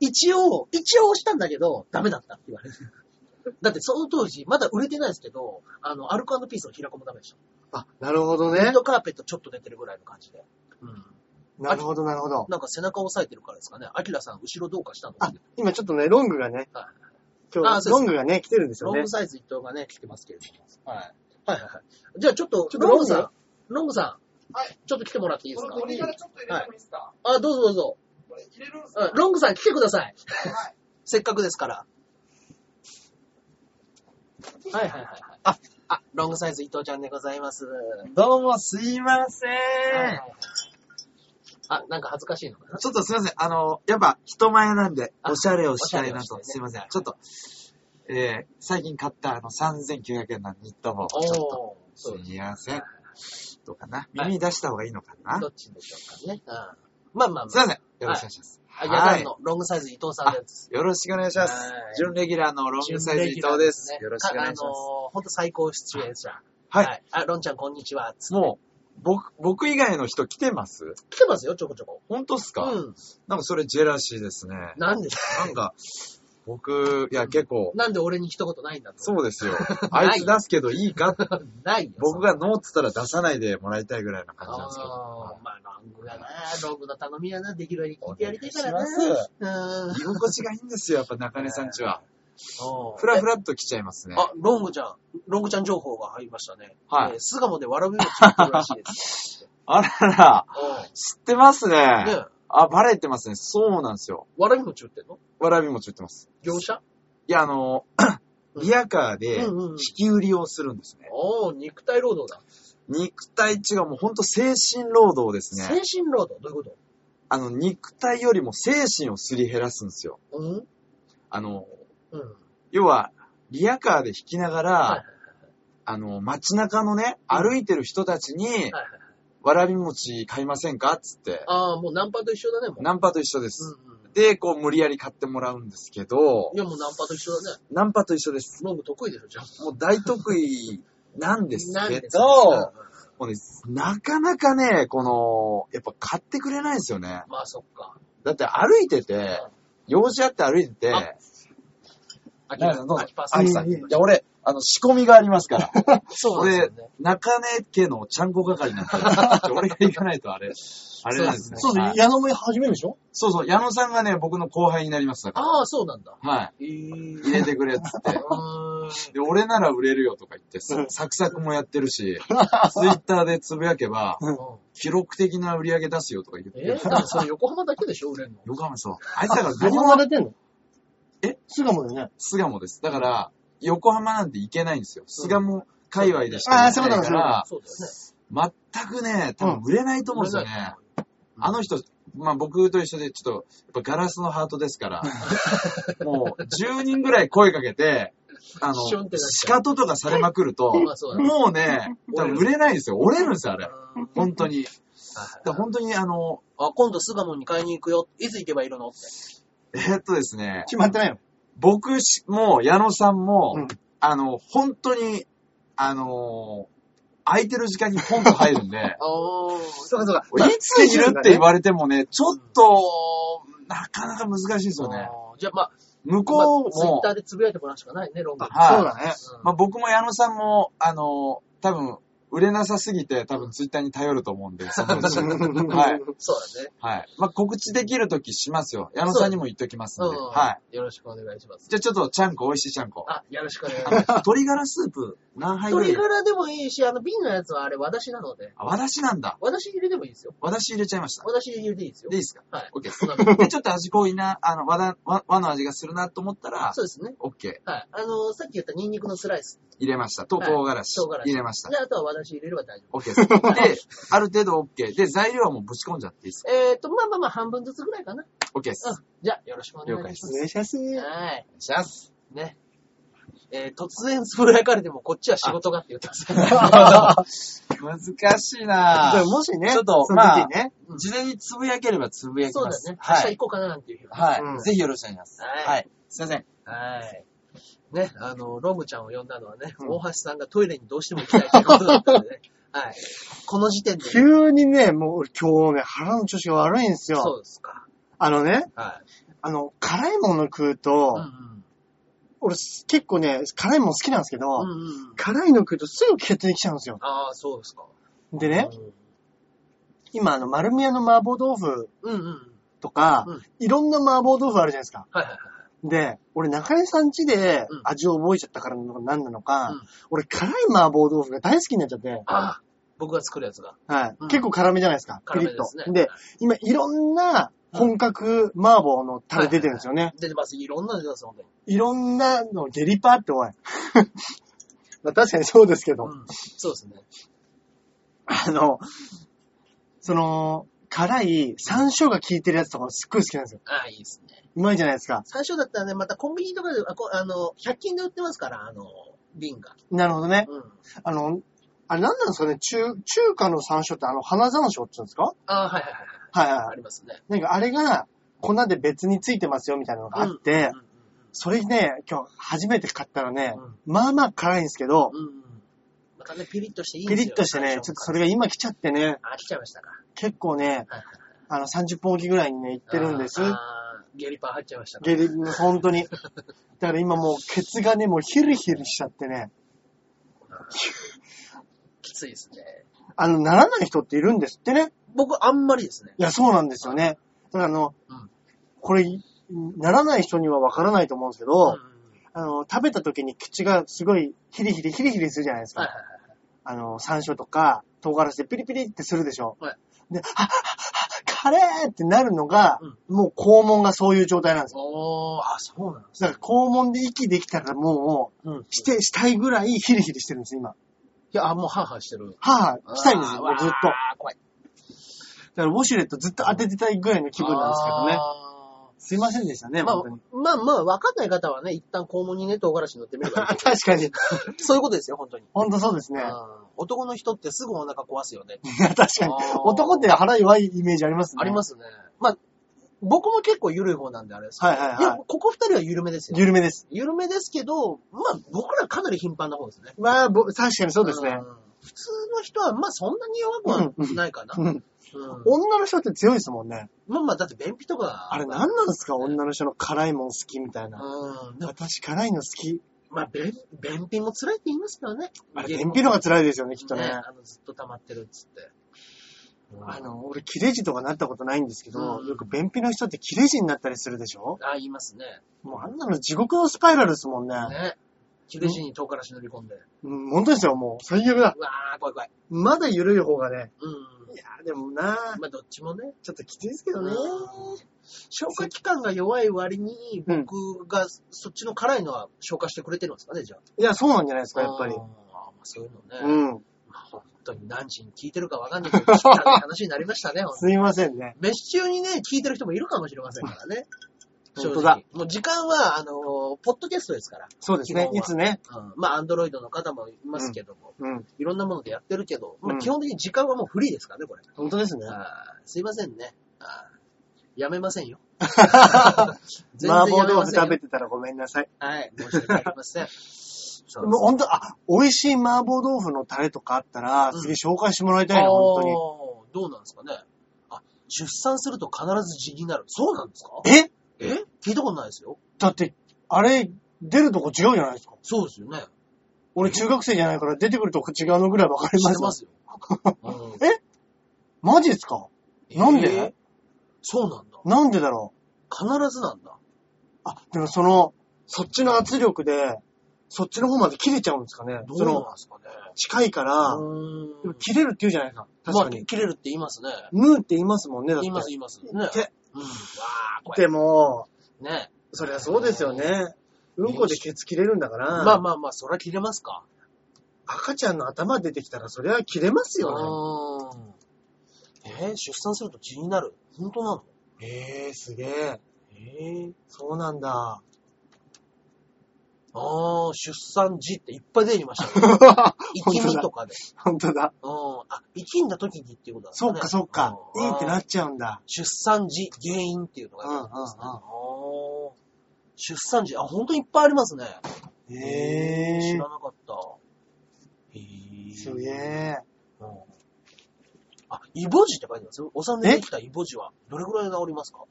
B: 一応、一応押したんだけど、ダメだったって言われる。だってその当時、まだ売れてないですけど、あの、アルコピースの平子もダメでした。
A: あ、なるほど
B: レッ
A: ね。
B: ドカーペットちょっと出てるぐらいの感じで。うん。
A: なるほど、なるほど。
B: なんか背中を押さえてるからですかね。アキラさん、後ろどうかしたの
A: あ、今ちょっとね、ロングがね
B: は、
A: 今
B: あ
A: 日、
B: そうです
A: ロングがね、来てるんですよ
B: ロン
A: ね
B: グ。サイズ一等がね、来てますけれども。はい。はいはいはい。じゃあちょっと、
A: ちょっと
B: ロングさ
A: ロン
B: ん、ロングさん、
C: はい
B: ちょっと来てもらっていいで
C: こ
B: す
C: の
B: か
C: 鳥からちょっと入れてもいいですか
B: あ、どうぞどうぞ。
C: これ入れるんです
B: うん
C: か
B: ロングさん来てください。
C: はい。
B: せっかくですから。はいはいはいはい。あ、あ、ロングサイズ伊藤ちゃんでございます。
D: どうもすいませ
B: はいはい
D: ん。
B: はいあ、なんか恥ずかしいのかな
D: ちょっとすいません。あの、やっぱ人前なんで、
B: あ
D: おしゃれをしたいな
B: おしゃれをしてね
D: と。すいません。ちょっと、えー、最近買ったあの3900円のニット帽。ちょっと、
B: おー、
D: す
B: そうです
D: いません。どうかな。
B: はい
D: 耳出した方がいいのかな
B: ど。っちでしょうかね。うん。まあまあます
D: いません。よろしくお願いします。
B: あ。あ、ヤダンのロングサイズ伊藤さんです。
D: よろしくお願いしま
B: は
D: す
B: い。
D: 準レギュラーのロングサイズ伊藤です。よろしくお願いします
B: あ。のー、ほんと最高出演者。
D: はい。
B: あ、ロンちゃんこんにちは。
D: もう、僕、僕以外の人来てます
B: 来てますよ、ちょこちょこ。
D: 本当っすか、
B: うん。
D: なんかそれジェラシーですね。
B: なんで、
D: なんか、僕、いや結構、
B: なんで俺に一言ないんだと。
D: そうですよ。 (laughs) あいつ出すけどいいかって、
B: ないよ。
D: 僕がノーっつったら出さないでもらいたいぐらいな感じなんですけど。
B: あーまあ、ロングだな、ロングの頼みやな、できるように聞いてやりたいから
D: お願いします
B: な。うーん。
D: 居心地がいいんですよ、やっぱ中根さんちは。ふ
B: フラ
D: ら
B: フ
D: ふらっと来ちゃいますね
B: ラ。。あ、ロングちゃん、ロングちゃん情報が入りましたね。
D: はい
B: えー巣鴨でわらび餅を作るらしいです。
D: (laughs) あらら、知ってます
B: おうね
D: ね。あ、バレてますね。そうなんですよ。
B: わらび餅売ってんの
D: わらび餅売ってます。
B: 業者
D: いや、あの、リアカーで
B: うんうんうん
D: 引き売りをするんですね。
B: おー、肉体労働だ。
D: 肉体違う、もうほんと精神労働です
B: 精
D: ね。
B: 神労働どういうこ
D: あの、肉体よりも精神をすり減らすんですよ。
B: とうん
D: あの、
B: うん。
D: 要は、リアカーで弾きながら、
B: はい
D: あの、街中のね、歩いてる人たちに、
B: はいはい。
D: わらび餅買いませんかっつって、
B: ああ、もうナンパと一緒だね、もう。
D: ナンパと一緒で
B: う
D: す。
B: んうん。
D: で、こう、無理やり買ってもらうんですけど
B: い、や、もうナンパと一緒だね。
D: ナンパと一緒です。
B: ロング得意でしょ、じゃあ。
D: もう大得意なんです
B: なん
D: け
B: ですけ
D: ど、
B: ど
D: もうね、なかなかね、この、やっぱ買ってくれないんですよね。
B: まあ、そっか。
D: だって歩いてて、用事あって歩いてて、
B: あ秋
D: なんかどうぞ
B: 秋パス
D: あきさん、いや、俺、あの、仕込みがありますから。
B: そうなんで
D: 俺
B: すよね。、
D: 中根家のちゃんこ係なんで、俺が行かないとあれ、あれなんですね。
A: そうそう
D: は、い
A: 矢野も始めるでしょ
D: そうそう、矢野さんがね、僕の後輩になりますだか
B: ああ、そうなんだ。
D: ら。はい。
B: えー。
D: 入れてくれっつって。
B: うーん
D: で、俺なら売れるよとか
A: (laughs)
D: 言って、サクサクもやってるし、ツイッターでつぶやけば、記録的な売り上げ出すよとか言っ
B: え
D: て。
B: ー、でもそれ横浜だけでしょ、売れんの。
D: 横浜そう。あいつだから、
A: 何
D: どこ
A: も
D: も
A: されてんの
D: え
A: 巣鴨だよね。
D: 巣鴨です。だから、横浜なんて行けないんですよ。巣鴨界隈でし
A: あ
D: か
A: ーそう
D: 行け
A: いうこと
D: な
A: だ
D: いから、
B: そうだよね。
D: 全くね、多分売れないと思うんですよね。あの人、まあ僕と一緒でちょっと、やっぱガラスのハートです (laughs) から、もう10人ぐらい声かけて、あの、
B: シュンってなっ
D: 仕
B: ちゃ
D: 方とかされまくると、
B: まあ (laughs) そうだね
D: もうね、多分売れないんですよ。折れるんですよ、あれ。本当に。だから
B: あ
D: 本当にあの、
B: あ、今度巣鴨に買いに行くよ。いつ行けばいるのって。
D: えーっとですね、
A: 決まってないの。
D: 僕しも矢野さんも、
A: うん
D: あの、本当に、あの空いてる時間にポンと入るんで、
B: ああ、
A: そうかそうか。
D: いついるって言われてもね、ちょっと、なかなか難しいですよね。
B: じゃあまあ、
D: 向
B: こ
D: こ
B: う、
D: う
B: ツイッ
D: も
B: タ、ーでつぶやいてもらうしかないね、ロング。
D: はい
A: そうだね。
B: うん
D: まあ、僕も矢野さんも、あの、多分、売れなさすぎて、多分ツイッターに頼ると思う
B: (laughs)
D: んで、そのうちはい。
B: そうだね。。
D: はい。まあ、告知できるときしますよ。矢野さんにも言っときますんで。はい
B: よろしくお願いしま
D: い。
B: す。
D: じゃあちょっと、ちゃんこ、美味しいちゃんこ。
B: あ、よろしくお願いし
D: あ
B: ま
D: の
B: す。
D: 鶏ガラスープ、何杯ぐら
B: 鶏
D: い
B: ガラでもいいし、あの瓶のやつはあれ、私なので。
D: あ、私なんだ。
B: 私入れでもいいですよ。
D: 私入れちゃいました。
B: 私入れでいいですよ
D: でいい。ですか (laughs)
B: はい。
D: オッケー
B: そうなんです
D: で、ちょっと味濃いな、あの、和だ和和の味がするなと思ったら
B: そ、うですね。
D: オッケ
B: はい。あの、さっき言ったニンニクのスライス。
D: ー、入れました。と、唐辛子
B: 唐辛、子
D: 入れました
B: で、。あとは私入れれば大丈夫。
D: オッケーです。で、ある程度オッケー。で、材料はもうぶち込んじゃっていいですか
B: えっ、と、まあまあまあ、半分ずつぐらいかな。
D: OK です。
B: うん。じゃあ、よろしくお願いいたしま
E: お
B: す。
E: 願いします。
B: はい。
D: します。
B: ね。えー突然つぶやかれても、こっちは仕事がって言ったんですけど。
D: 難しいな
A: で
D: ぁ
A: も。もしね、
D: ちょっと
A: その時ね、
B: うん
D: 事前につぶやければつぶや
B: (laughs)
D: き
B: そうだ
D: ま
B: よ
D: す。
B: ね。明
D: は
B: 日
D: い。
B: 行こうかななんていう日は。
D: はい、
A: うん
D: ぜひよろしくお願いします。
B: はい
D: はい。すいません。
B: はい。ね、あの、ロムちゃんを呼んだのはね、
A: うん
B: 大橋さんがトイレにどうしても行きたいということだったんでね。はい。この時点で、
A: 急にね、もう今日ね、腹の調子が悪いんです
B: そ
A: よ。
B: うですか。
A: あのね、
B: はい。
A: あの、辛いもの食うと、
B: うんうん。
A: 俺結構ね、辛いもの好きなんですけど、
B: うんうん。
A: 辛いの食うとすぐ血液来ちゃうんですよ。
B: ああ、そうですか。
A: でね、
B: うん
A: 今あの、丸宮の麻婆豆腐
B: うんうん。
A: とか、
B: うん
A: いろんな麻婆豆腐あるじゃないですか。
B: はいはいはい。
A: で、俺中根さん家で
B: うん
A: 味を覚えちゃったからなのか何なのか、
B: うん
A: 俺辛い麻婆豆腐が大好きになっちゃって、
B: ああ、僕が作るやつが。
A: はい、
B: うん
A: 結構辛めじゃないですか。ピ
B: 辛
A: リ
B: め
A: ッ
B: で
A: と
B: すね。
A: で、今いろんな本格麻婆のタレ出てるんですよね。
B: 出てます。いろんなの出てます、本当に。
A: いろんなのゲリパーって
B: (laughs)
A: おい。まあ確かにそうですけど、
B: うん。そうですね。
A: あの、その、辛い山椒が効いてるやつとかすっごい好きなんですよ。
B: ああ、いいですね。
A: うまいじゃないですか。
B: 最初だったらね、またコンビニとかで、あ、こあの、100均で売ってますから、あの、瓶が。
A: なるほどね。
B: うん。
A: あの、あれ何なんですかね中、中華の山椒ってあの、花山椒って言うんですか
B: ああ、はいはいはい。
A: はいはい
B: あ
A: はい。
B: りますね。
A: なんかあれが粉で別についてますよみたいなのがあって、
B: うん
A: それね、今日初めて買ったらね、
B: うん
A: まあまあ辛いんですけど、
B: うんうん。うんうん。またね、ピリッとしていいん
A: ピ
B: です
A: リ
B: よ。
A: ッとしてね、ちょっとそれが今来ちゃってね、
B: あ、来ちゃいましたか。
A: 結構ね、
B: はいはい
A: あの30分おきぐらいにね、行ってるんです。
B: あーゲリパー入っちゃいましたか。
A: ゲリ、本当に。だから今もうケツがね、もうヒリヒリしちゃってね、
B: きついですね。
A: あの、ならない人っているんですってね。
B: 僕、あんまりですね。
A: いや、そうなんですよね。だからあの、
B: うん
A: これ、ならない人にはわからないと思うんですけど、
B: うんうんうん。
A: あの、食べた時に口がすごいヒリヒリヒリヒリするじゃないですか。
B: はいはいはい。
A: あの、山椒とか唐辛子でピリピリってするでしょ。
B: はい
A: で、はっはっはっはカレーってなるのが、
B: うん
A: もう肛門がそういう状態なんですよ。
B: おー、あ、そうなんです
A: だから肛門で息できたらもう、
B: うん。
A: し
B: い
A: て、したいぐらいヒリヒリしてるんです、今。
B: や、あもうハーハーしてる。
A: はぁ、したいんですよ、も
B: あ
A: う
B: ー
A: ずっと。だか
B: あー、怖い。
A: らウォシュレットずっと当ててたいぐらいの気分なんですけどね。
B: あー。
A: すいませんでしたね、
B: まあ
A: 本当に。、
B: まあまあ、わかんない方はね、一旦肛門にね、唐辛子塗ってみればいい
A: あ確かに。 (laughs)
B: そういうことですよ、本当に。
A: ほんとそうですね。
B: うん男の人ってすぐお腹壊すよね。
A: いや (laughs) 確かに
B: あー。
A: 男って腹弱いイメージありますね。。
B: ありますすね。まあ、僕も結構緩い方なんであれですけど。
A: はいはいはい
B: や、ここ二人は緩めですよ。
A: 緩めです。
B: 緩めですけど、まあ、僕らかなり頻繁な方ですね。
A: まあ、ぼ確かにそうですね
B: ん。。普通の人は、まあ、そんなに弱くはないかな。
A: う
B: うん
A: ん
B: うん
A: 女の人って強いですもんね。
B: まあまあ、だって便秘とか。
A: あれ何なんですか女の人の辛いもん好きみたいな。
B: うん。でも
A: 私辛いの好き。
B: まあ、便、便秘も辛いって言いますけどね。
A: あれ、便秘の方が辛いですよね、きっとね。
B: あの、ずっと溜まってるっつって。
A: あの、俺、切れ字とかなったことないんですけど、
B: うん
A: よく便秘の人って切れ字になったりするでしょ
B: あ、言いますね。
A: もうあんなの地獄のスパイラルですもんね。
B: ね。切れ字に唐辛子塗り込んで。
A: うん、本当ですよ、もう。最悪だ。
B: うわー、怖い怖い。
A: まだ緩い方がね。
B: うん
A: い。やーでもなー
B: まあ、どっちもね。
A: ちょっときついですけどね。
B: うん消化器官が弱い割に、
A: うん
B: 僕がそっちの辛いのは消化してくれてるんですかね、じゃ
A: いや、そうなんじゃないです
B: あ。
A: か、やっぱり
B: あー。まあ、そういうのね。
A: うん。
B: まあ、本当に何時に聞いてるかわかんな
A: (laughs)
B: いけど、聞いたら話になりましたね、本当に
A: すいませんね。
B: 飯中にね、聞いてる人もいるかもしれませんからね。
A: (laughs) 本当だ
B: 正直。もう時間は、あのー、ポッドキャストですから。
A: そうですね
B: 基。本はい
A: つね。
B: うんまあ、アンドロイドの方もいますけども、
A: うん。
B: いろんなものでやってるけど、ま
A: う
B: あ、
A: ん
B: 基本的に時間はもうフリーですからね、これ。
A: 本当ですね。
B: あーすいませんね。あーやめませ
A: (laughs)
B: んよ。全
A: 麻婆
B: 然やめ
A: 豆
B: ま
A: 腐
B: せん
A: 食
B: よ
A: べてたらごめんなさい。
B: はい、申し訳あり
A: (laughs)
B: ません。そ
A: もう本当、あ、美味しい麻婆豆腐のタレとかあったら、
B: うん
A: 次紹介してもらい
B: 当
A: たいな、本当に。
B: どうなんですかね。あ、出産すると必ず地になる。そうなんですか
A: え
B: え聞いたことないですよ。
A: だって、あれ、出るとこ違うじゃないですか。
B: そうですよね。
A: 俺中学生じゃないから出てくるとこ違うのぐらいわかり
B: 知
A: ま。
B: ってますすよ。
A: (laughs)
B: うん
A: マジですかなんで
B: えーそうなんだ。
A: なんでだろ
B: 必ずなんだ。
A: う。あ、でもその、そっちの圧力で、そっちの方まで切れちゃうんですかね。
B: ど
A: そう
B: な
A: の
B: ん、ですかね。
A: 近いから、
B: う
A: で
B: ー
A: も
B: ん。
A: 切れるって言うじゃないですか。確か
B: まあ
A: に。
B: 切れるって言いますね。
A: ムーって言いますもんね、だって。
B: 言います、言います。ね。うん。わ
A: で
B: あ、これ。
A: でも、
B: ね。
A: そりゃそうですよね。うんこでケツ切れるんだから、
B: まあまあまあ、そりゃ切れますか。
A: 赤ちゃんの頭出てきたらそりゃ切れますよね。
B: うーん。えー出産すると血になる。本当なの
A: ええー、すげえ。
B: ええ
A: そうなん
B: (laughs)
A: だ。
B: ああ、出産時っていっぱい出てきました (laughs) ね。生きみとかで。
A: 本当だ。
B: うん。あ、生きんだ時にっていうことだ
A: そっかそっか。いいってな
B: っ
A: っちゃうんだ。
B: 出産時原因っていうのが出てきますね。
A: うんうんうん
B: あー出産時、あ、本当にいっぱいありますね。
A: え
B: 知
A: え
B: らなかった。へ
A: ー。
B: え
A: すげえ。
B: うんあ、イボ痔って書いてますよ。お産でできたイボ痔はどれくらいで治りますか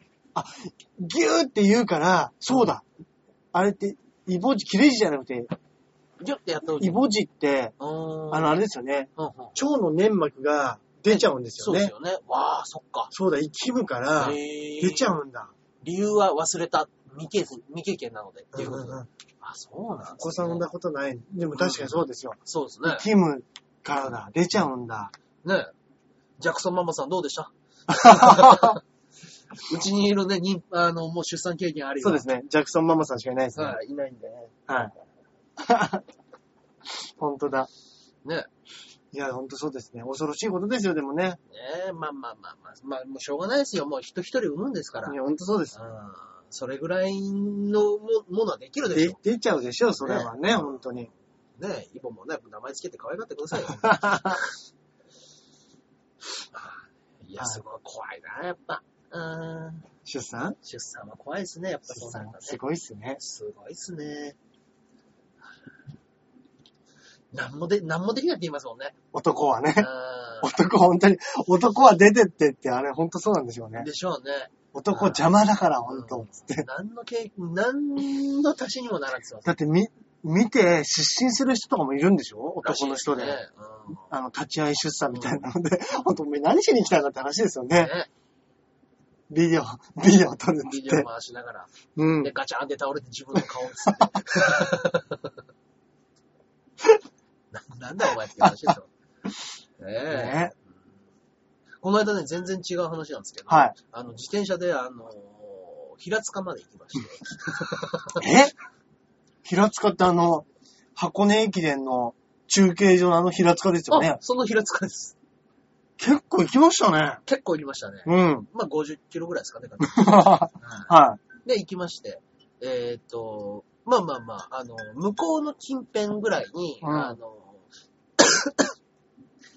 A: ギューって言うから、そうだ。あれって、イボジ、切れ字じゃなくて、
B: ギュッてやったうちに
A: イボジって、
B: うーん。
A: あの、あれですよね。
B: うんうん
A: 腸の粘膜が出ちゃうんです
B: そ
A: よ
B: うです
A: ね。
B: よね。わあ、そっか。
A: そうだ、生きむから、
B: 出
A: 出ちゃうんだ。
B: 理由は忘れた。未経験、未経験なので。っていうことで。
A: うんうん
B: あ、そうなんです、ね。
A: お子さん産んだ。ことない。でも確かにそうですよ。
B: そうですね
A: 生。きむからだ。出ちゃうんだ。
B: ねえジャクソンママさんどうで
A: (laughs)
B: したうちにいるね、にあの、もう出産経験あるよ。
A: そうですね。ジャクソンママさんしかいないですね。
B: はい、いないんでね。
A: はい。 (laughs) 本当だ。
B: ね
A: いや、本当そうですね。恐ろしいことですよ、でもね。
B: え。ねえ、まあまあまあまあ。まあ、もうしょうがないですよ。もう人一人産むんですから。
A: いや、本当そうです。
B: うんそれぐらいのもものはできるでし
A: で
B: ょ。
A: 出ちゃうでしょ、それはね、本当に。
B: ねえ、イボもね、名前つけて可愛がってくだ
A: (laughs)
B: さいよ。 (laughs) いや、すごい怖いな、やっぱ。うん。
A: 出産
B: 出産は怖いですね、やっぱ
A: 出
B: そうなる
A: 産
B: とね。
A: すごいっすね。
B: すごいっすね。なんもで、なんもできないって言いますもんね。
A: 男はね
B: う。
A: 男、本当に、男は出てってって、あれ、本当そうなんですよ
B: ん。
A: ね。
B: でしょうね。
A: 男邪魔だから、本当。つって。
B: 何の経験、何の足しにもならんって言って
A: だって、み、見て、失神する人とかもいるんでしょ
B: ます
A: 男の人で。
B: らしいすね
A: あの、立ち会い出産みたいなので、 (laughs) 本当、お前何しに来たんだって話ですよ
B: うん
A: ね。
B: ね
A: ビデオ、ビデオ撮るっ
B: ビ
A: つっ
B: デオ
A: て。
B: 回しながら、
A: うん
B: で、。ガチャンって倒れて自分の顔をつって。ななんだお前って話でしょ。 (laughs) ねえ
A: ね。
B: この間ね、全然違う話なんですけど、
A: はい
B: (laughs) あの、自転車で、あのー平塚まで行きまして、
A: え平塚ってあの、箱根駅伝の中継所のあの平塚ですよね
B: あ、。その平塚です。
A: 結構行きましたね。
B: 結構行きましたね。
A: うん。
B: まあ、50キロぐらいですかね、片道
A: は。
B: (laughs) はいいで、行きまして、えーっと、まあまあまあ、あの、向こうの近辺ぐらいに、
A: うん
B: あの、 (coughs)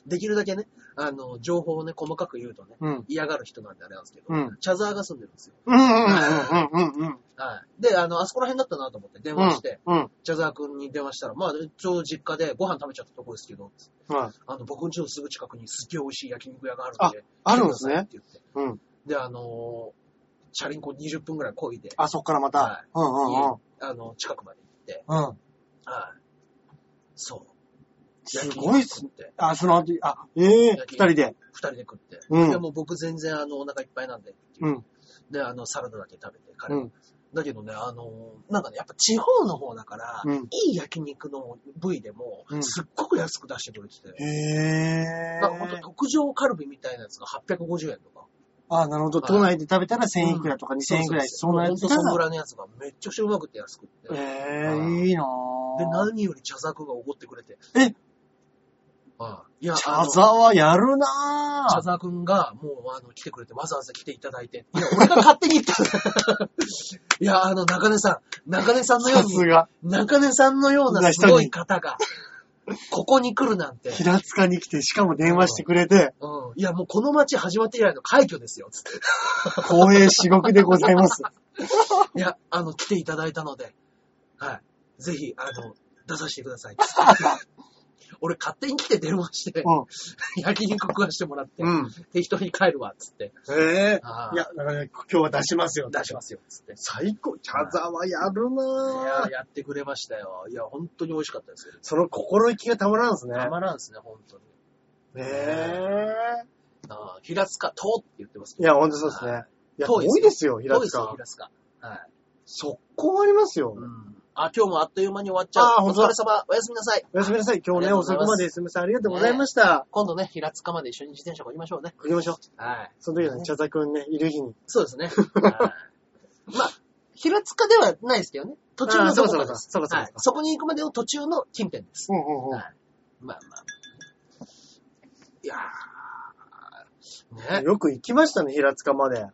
B: できるだけね、あの、情報をね、細かく言うとね、
A: うん。
B: 嫌がる人なんであれなんですけど、
A: うん
B: チャザーが住んでるんですよ。
A: うんうんうんうんうんうん。
B: はい。で、あの、あそこら辺だったなと思って電話して、
A: うん。
B: ジャザー君に電話したら、まあ、ちょうど実家でご飯食べちゃったとこですけど、
A: はい。
B: あの、僕ん家のすぐ近くにすっげえ美味しい焼肉屋があるんで、
A: あるんですね
B: 来てくださいって
A: う
B: 言っ
A: ん
B: て。。で、あのー、チャリンコ20分ぐらい漕いで、
A: あ、そっからま
B: は
A: た
B: い。
A: うんうんうん。
B: あの、近くまで行って、
A: うん。
B: はい。そう。
A: すごいっす
B: 焼。肉食って。
A: あ、その後、あ、ええ
B: 焼き
A: 二人で。
B: 二人で食って。
A: うん
B: でもう僕全然あの、お腹いっぱいなんで。
A: うん。
B: で、あの、サラダだけ食べて、彼
A: う
B: は。
A: ん。
B: だけどね、あのー、なんかね、やっぱ地方の方だから、
A: うん。
B: いい焼肉の部位でも
A: う、ん
B: すっごく安く出してくれてて。
A: へえ
B: なんかほんと特上カルビみたいなやつが850円とか。
A: あ、なるほど。
B: はい
A: 都内で食べたら1000いくらとか2000円くらい。そんなやつ
B: ほんとそんぐ
A: ら
B: らいのやつがめっちゃくちゃうまくて安くって。で、
A: え
B: は
A: え
B: い
A: いいなぁ。
B: 何より茶作がおごってくれて。
A: え
B: ああいや、
A: 茶
B: あの
A: 沢はやるな
B: 茶
A: ぁ。
B: 沢くんが、もう、あの、来てくれて、わざわざ来ていただいて。いや、俺が勝手に行ったんだ。 (laughs) いや、あの、中根さん、中根さんのよ
A: さ
B: う
A: す
B: に、
A: が。
B: 中根さんのようなすごい方が、ここに来るなんて。
A: 平塚に来て、しかも電話してくれて、
B: うん。いや、もうこの街始まって以来の快挙です
A: (laughs)
B: よ、つって。
A: 光栄至極でござい
B: (laughs)
A: ます。
B: いや、あの、来ていただいたので、はい。ぜひ、あの、出させてください。
A: (laughs)
B: 俺勝手に来て電話して、
A: う
B: 焼肉食わしてもらって、
A: ん。うん。
B: 適当に帰るわ、つって。
A: ええ
B: ああ
A: いや、だから、今日は出しますよ。
B: 出しますよ、つって。
A: 最高。茶沢やる
B: いや
A: なぁ。
B: やってくれましたよ。いや、本当に美味しかったですよ。
A: その心意気がたまらんですね。
B: たまらんですね、本当に。
A: ねえ。
B: ああ平塚、遠って言ってますけ
A: い
B: ど。
A: や、ほんとそうですね。いや、
B: 遠
A: 遠
B: いです
A: いですよ、平
B: 遠いですよ
A: 塚。
B: 平塚。はい。
A: 速攻ありますよ
B: う。ん。あ、今日もあっという間に終わっちゃう。
A: ああ
B: お
A: 本当だ
B: 疲れ様。おやすみなさい。
A: おやすみなさい。今日ね、
B: ありがとう
A: 遅
B: ござい
A: く
B: ます
A: まですみません。ありがとうございました。
B: 今度ね、平塚まで一緒に自転車こぎましょうね。
A: 行きましょう。
B: はい。
A: その時はね、茶沢くんね、いる日に。
B: そうで
A: (laughs)
B: すね。はいまあ、平塚ではないですけどね。途中のところ
A: ああそうかそうか
B: です。
A: そうか
B: はいそこに行くまでの途中の近辺です。
A: うんうん
B: はいまあまあ。いやー。ね
A: よく行きましたね、平塚まで。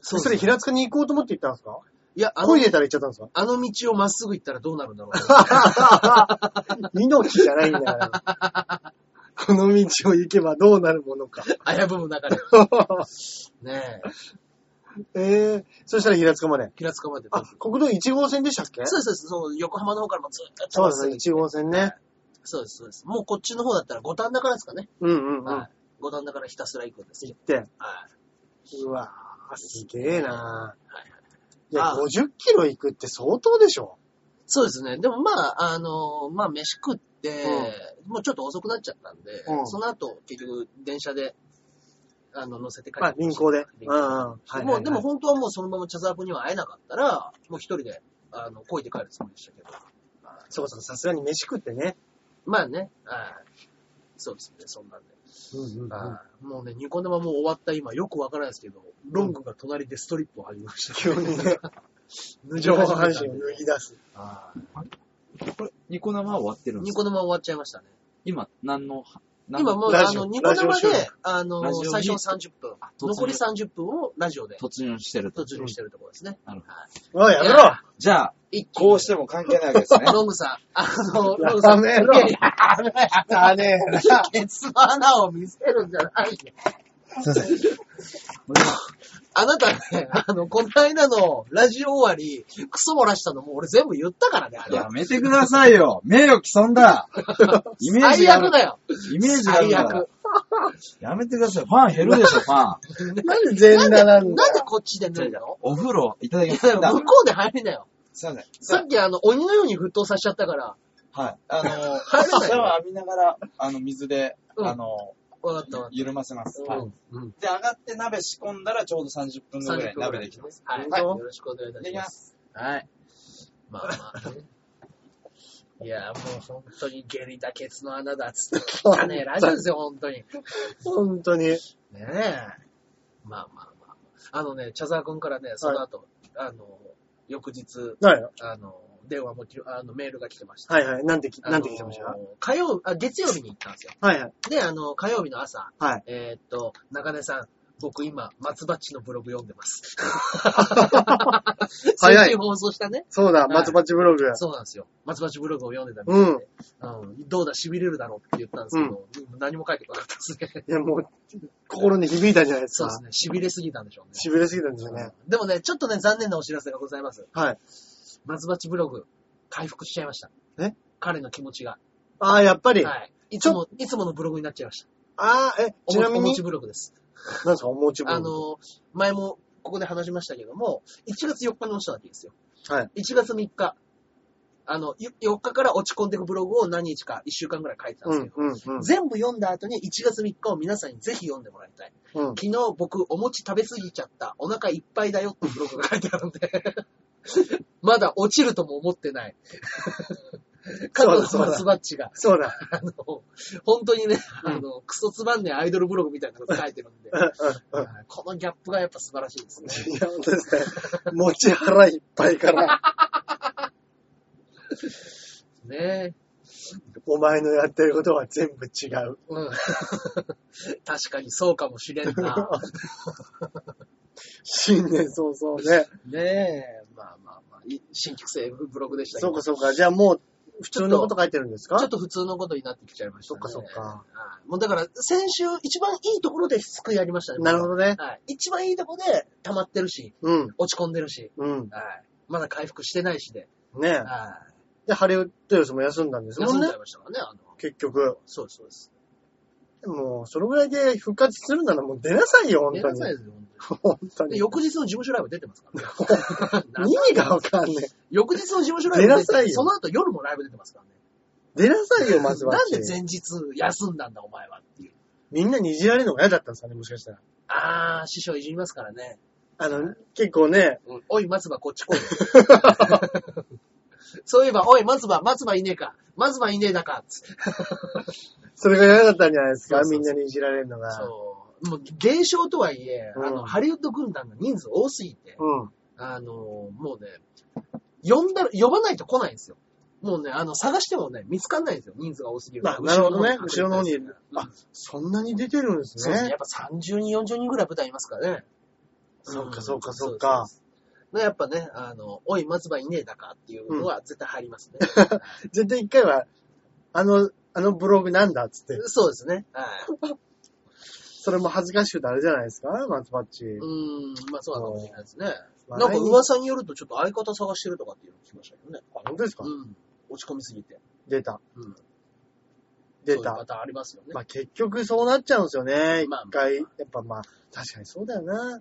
B: そう
A: そ
B: で
A: れ
B: すね
A: 平塚に行こうと思って行ったんですか
B: いや、あの
A: 漕い、でたら行っちゃったんです
B: (laughs)
A: か
B: あの道をまっすぐ行ったらどうなる
A: (laughs)
B: んだろう。
A: 猪木じゃないんだから。この道を行けばどうなるものか。
B: 危ぶむ中で。ねえ。
A: えー、そしたら平塚まで。
B: 平塚まで。
A: あ、国道1号線でしたっけ
B: そうです、そうです。その横浜の方からもずっと
A: そう
B: ま
A: ですす
B: ぐ
A: ね、
B: 行って
A: 1号線ね。
B: そうです、そうです。もうこっちの方だったら五反田からですかね。
A: うんうんうん。
B: はい。五反田からひたすら行くんですよ
A: 行。って。
B: は
A: うわぁ、すげえなぁ。いや、
B: ああ
A: 50キロ行くって相当でしょ。
B: そうですね。でもまあ、あの、まあ飯食って、もうちょっと遅くなっちゃったんで、
A: うん
B: その後結局電車で、あの、乗せて帰
A: まあ
B: っ、てきま
A: 輪
B: した。
A: 行で。
B: 輪
A: うんうん。はいはいはい
B: もう、でも、本当はもうそのまま茶沢君には会えなかったら、もう一人で、あの、こいで帰るつもりでしたけど。
A: そうそう、さすがに飯食ってね。
B: まあね、はい。そうですね、そんなんで。
A: うんうんうん (laughs)
B: はいもうね、ニコ生も終わった今、よくわからないですけど、ロングが隣でストリップを張りました。 (laughs)
A: 急にね、
B: 脱ぎ
A: 上
B: 始め
A: 半
B: たんで
A: 身を脱ぎ出す。
B: はい
F: これ、ニコ生は終わってるんで
B: ニ
F: すか
B: コ生終わっちゃいましたね。
A: (laughs)
F: 今、何の、何
B: 今
F: の
B: もう、
A: ラ
B: あ
A: ジオ
B: の、ニコ
A: ラ
B: 生
A: ジオ収
B: で、あの
F: ラジオ、に
B: 最初の30分、
F: あ突入
B: 残り30分をラジオで
F: 突入してると。
B: 突入してるところですね。
F: なるほ
A: おい、やめ
B: い
A: ろ
F: じゃあ、
B: 一気に
D: こうしても関係ないわけですね。
B: ロングさん、あの、ロングさ
A: や
B: ん、
A: めろ
B: いやいや
A: だね
B: ケツの穴を見せるんじゃないよ。
A: すいません。
B: あなたね、あの、この間のラジオ終わり、クソ漏らしたのもう俺全部言ったからね、あれ
D: や。めてくださいよ名誉毀損 (laughs) だイメージ
B: 最
D: がある
B: 悪だよ。
D: イメージがあるから。やめてください。ファン減るでしょ、ファン。
A: なんで全裸な
B: なん
A: ん
B: で
A: だよ
B: こっちで脱いだの
D: お風呂いただき
B: い
D: ま
B: や
D: す。すい
B: 向
D: ま
B: こうで入れなよ。
D: せん。
B: さっきあの、鬼のように沸騰させちゃったから、
D: はい。あ
B: 入
D: の
B: れな
D: ー、
B: い
D: シャワー浴びながら、あの、水で、
B: うん
D: あの
B: わかったわ
D: ー、緩ませます。
B: か
D: は
B: っ
D: い
B: た。うん。うん。
D: で、上がって鍋仕込んだらちょうど30分後ぐらいに鍋できます。
B: はい。
D: はい
B: よろしくお願いいたします。はい。まあまあね。いや、もう本当に下痢だ、ケツの穴だ、つって汚ねえラジオですよ、本当に。
A: 本当に。
B: ねえ。まあまあまあ。あのね、茶沢くんからね、その後、あの、翌日、
A: はい
B: あの、電話もき、あの、メールが来てました。
A: はいはい。なんてき、
B: あの
A: なんて来てました
B: 火曜、あ、月曜日に行ったんですよ。
A: はいはい。
B: で、あの、火曜日の朝、
A: はい
B: えーっと、中根さん、僕今、松バッチのブログ読ん
A: (laughs)
B: でます。
A: 早い
B: 先週放送したね。
A: そうだ、
B: い
A: 松鉢ブログ。
B: そうなんですよ。松バッチブログを読んでたみたいで、うんどうだ、痺れるだろうって言ったんですけど、何も書いてこなかったですね。
A: いや、もう、心に響いたんじゃないです
B: そう
A: か。
B: ですね、痺れすぎたんでしょうね。
A: 痺れすぎたんですよね。
B: でもね、ちょっとね、残念なお知らせがございます。
A: はい。
B: 松鉢ブログ、回復しちゃいました。
A: え
B: 彼の気持ちが。
A: ああ、やっぱり。
B: はい。いつも、いつものブログになっちゃいました。
A: ああ、え、
B: お
A: ち
B: も
A: なみ
B: おも
A: に
B: ち、ブログです。
A: なんですか、お餅ブ
B: あ
A: ログ。
B: の、前もここで話しましたけども、1月4日の人だけですよ。
A: はい。
B: 1月3日。あの、4日から落ち込んでいくブログを何日か、1週間ぐらい書いてたん
A: う
B: ですけ
A: ん
B: ど、
A: うんうん。
B: 全部読んだ後に1月3日を皆さんにぜひ読んでもらいたい。
A: うん
B: 昨日僕お餅食べ過ぎちゃった。お腹いっぱいだよってブログが書いてある
A: (laughs)
B: んで。まだ落ちるとも思ってない。過去
A: そうだそう
B: の
A: だ
B: マスバッチが、
A: そうだ。
B: あの、本当にね、あの、クソつまんねえアイドルブログみたいなこと書いてるんで、
A: うんうん
B: はいこのギャップがやっぱ素晴らしいです
A: い
B: ね。
A: や、本当ですね。餅腹いっぱい (laughs) から、
B: ねえ。
A: お前のやってることは全部違う。
B: うん。 (laughs) 確かにそうかもしれん
A: (laughs)
B: な。
A: 新年早々ね。
B: ねえ。まあまあまあ、い新規性ブログでしたけ
A: そ
B: ど
A: うかそうか。じゃあもう、普通のこと書いてるんですか
B: ちょっと普通のことになってきちゃいましたね。
A: そっかそっか
B: はい。もうだから、先週一番いいところでしつくやりましたね。
A: なるほどね。
B: ど。はい。一番いいところで溜まってるし、
A: うん。
B: 落ち込んでるし、
A: うん。
B: はい。まだ回復してないしで、
A: ね
B: は
A: で、ハリウッド予想も休んだんで
B: い。
A: すも
B: 休ん
A: ん
B: じ
A: ね
B: ゃい。ましたからね、あの、
A: 結局。
B: そうです、そうです。
A: もう、そのぐらいで復活するならもう出なさいよ、本
B: 寝
A: 当
B: なさい
A: に。
B: ですよ、本当
A: 本当
B: に。で、
A: に。
B: 翌日の事務所ライブ出てますからね。
A: 意味がわかんねえ。
B: 翌日の事務所ライブ
A: 寝なさいよ
B: その後夜もライブ出てますからね。
A: 出なさいよ、松橋。
B: なんで前日休んだんだ、お前はっていう。
A: みんなにいじられるのが嫌だったんですかね、もしかしたら。
B: あー、師匠いじりますからね。
A: あの、結構ね、
B: おい、松葉、こっち
A: (laughs)
B: 来い。そういえば、おい、松葉、松葉いねえか。松葉いねえだか。つ
A: それが嫌だったんじゃないですか、
B: そうそうそ
A: み
B: う
A: んなにいじられるのが。
B: そう。もう、減少とはいえ、
A: うん
B: あの、ハリウッド軍団の人数多すぎて、
A: うん。
B: あの、もうね、呼んだら、呼ばないと来ないんですよ。もうね、あの、探してもね、見つかんないんですよ。人数が多すぎるから。
A: まあなるほどね
B: いる
A: 後ろの方にあそんなに出てるんです
B: そうです
A: ね
B: ね。や。っぱ30人、40人ぐらい舞台いますからね。
A: そっかそっかそっか。
B: ねやっぱね、あの、おい、松葉いねえだかっていうのは絶対入ります
A: (laughs)
B: ね。
A: 絶対一回は、あの、あのブログなんだっつって。
B: そうですね。はい。
A: それも恥ずかしくてあれじゃないですか松バッチ。
B: うーん、まあそうなのかもしれないですね。
A: まあ
B: なんか噂によるとちょっと相方探してるとかっていうの聞きましたけどね。
A: あ本当ですか
B: うん。落ち込みすぎて。
A: 出た
B: うん。
A: 出
B: そういう
A: た
B: パ。ターンありますよね。
A: まあ結局そうなっちゃうんですよね。
B: まあ
A: 一回。やっぱまあ、確かにそうだよな。
B: うん。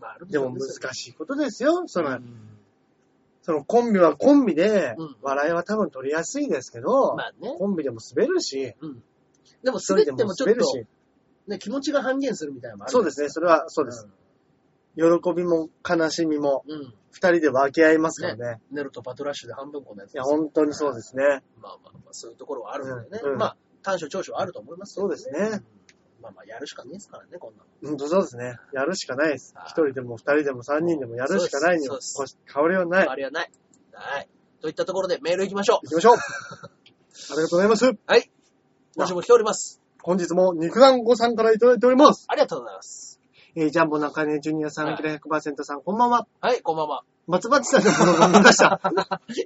B: まあ、ある
A: でも難しいことですよ。その、
B: うん
A: そのコンビはコンビで
B: うん、
A: 笑いは多分取りやすいですけど、
B: まあね。
A: コンビでも滑るし、
B: でも
A: 一
B: 滑
A: 人
B: って
A: でも
B: もちょ
A: 滑
B: っ
A: る
B: と、
A: し。
B: ね、気持ちが半減するみたいなのもある
A: そうですね。それは、そうです。。喜びも悲しみも、
B: うん。うん
A: 二人で分け合いますからね。
B: ネルとバトラッシュで半分このやつ。
A: いや、本当にそうですすね。
B: まあまあまあ、そういうところはあるのでね。
A: うん
B: まあ、短所長所はあると思いますけど
A: そうですね。
B: うんまあまあ、やるしかないですからね、こんなの。
A: 本当そうですね。やるしかないです
B: は。い
A: 一人でも二人でも三人でもやるしかないに
B: そう
A: は
B: です
A: こし変わりはない。
B: あれはない。はい。といったところでメール行きましょ
A: 行。
B: う
A: き
B: (laughs)
A: ましょうありがとうございます。
B: 今週も来ております。
A: 本日も肉団子さんからいただいております。
B: ありがとうございます。
A: えー、ジャンボ中根ジュニアさん、
B: はい
A: アキラ100%さん、こんばんは。
B: はい、こんばんは。
A: 松葉地さんのブログを見ました。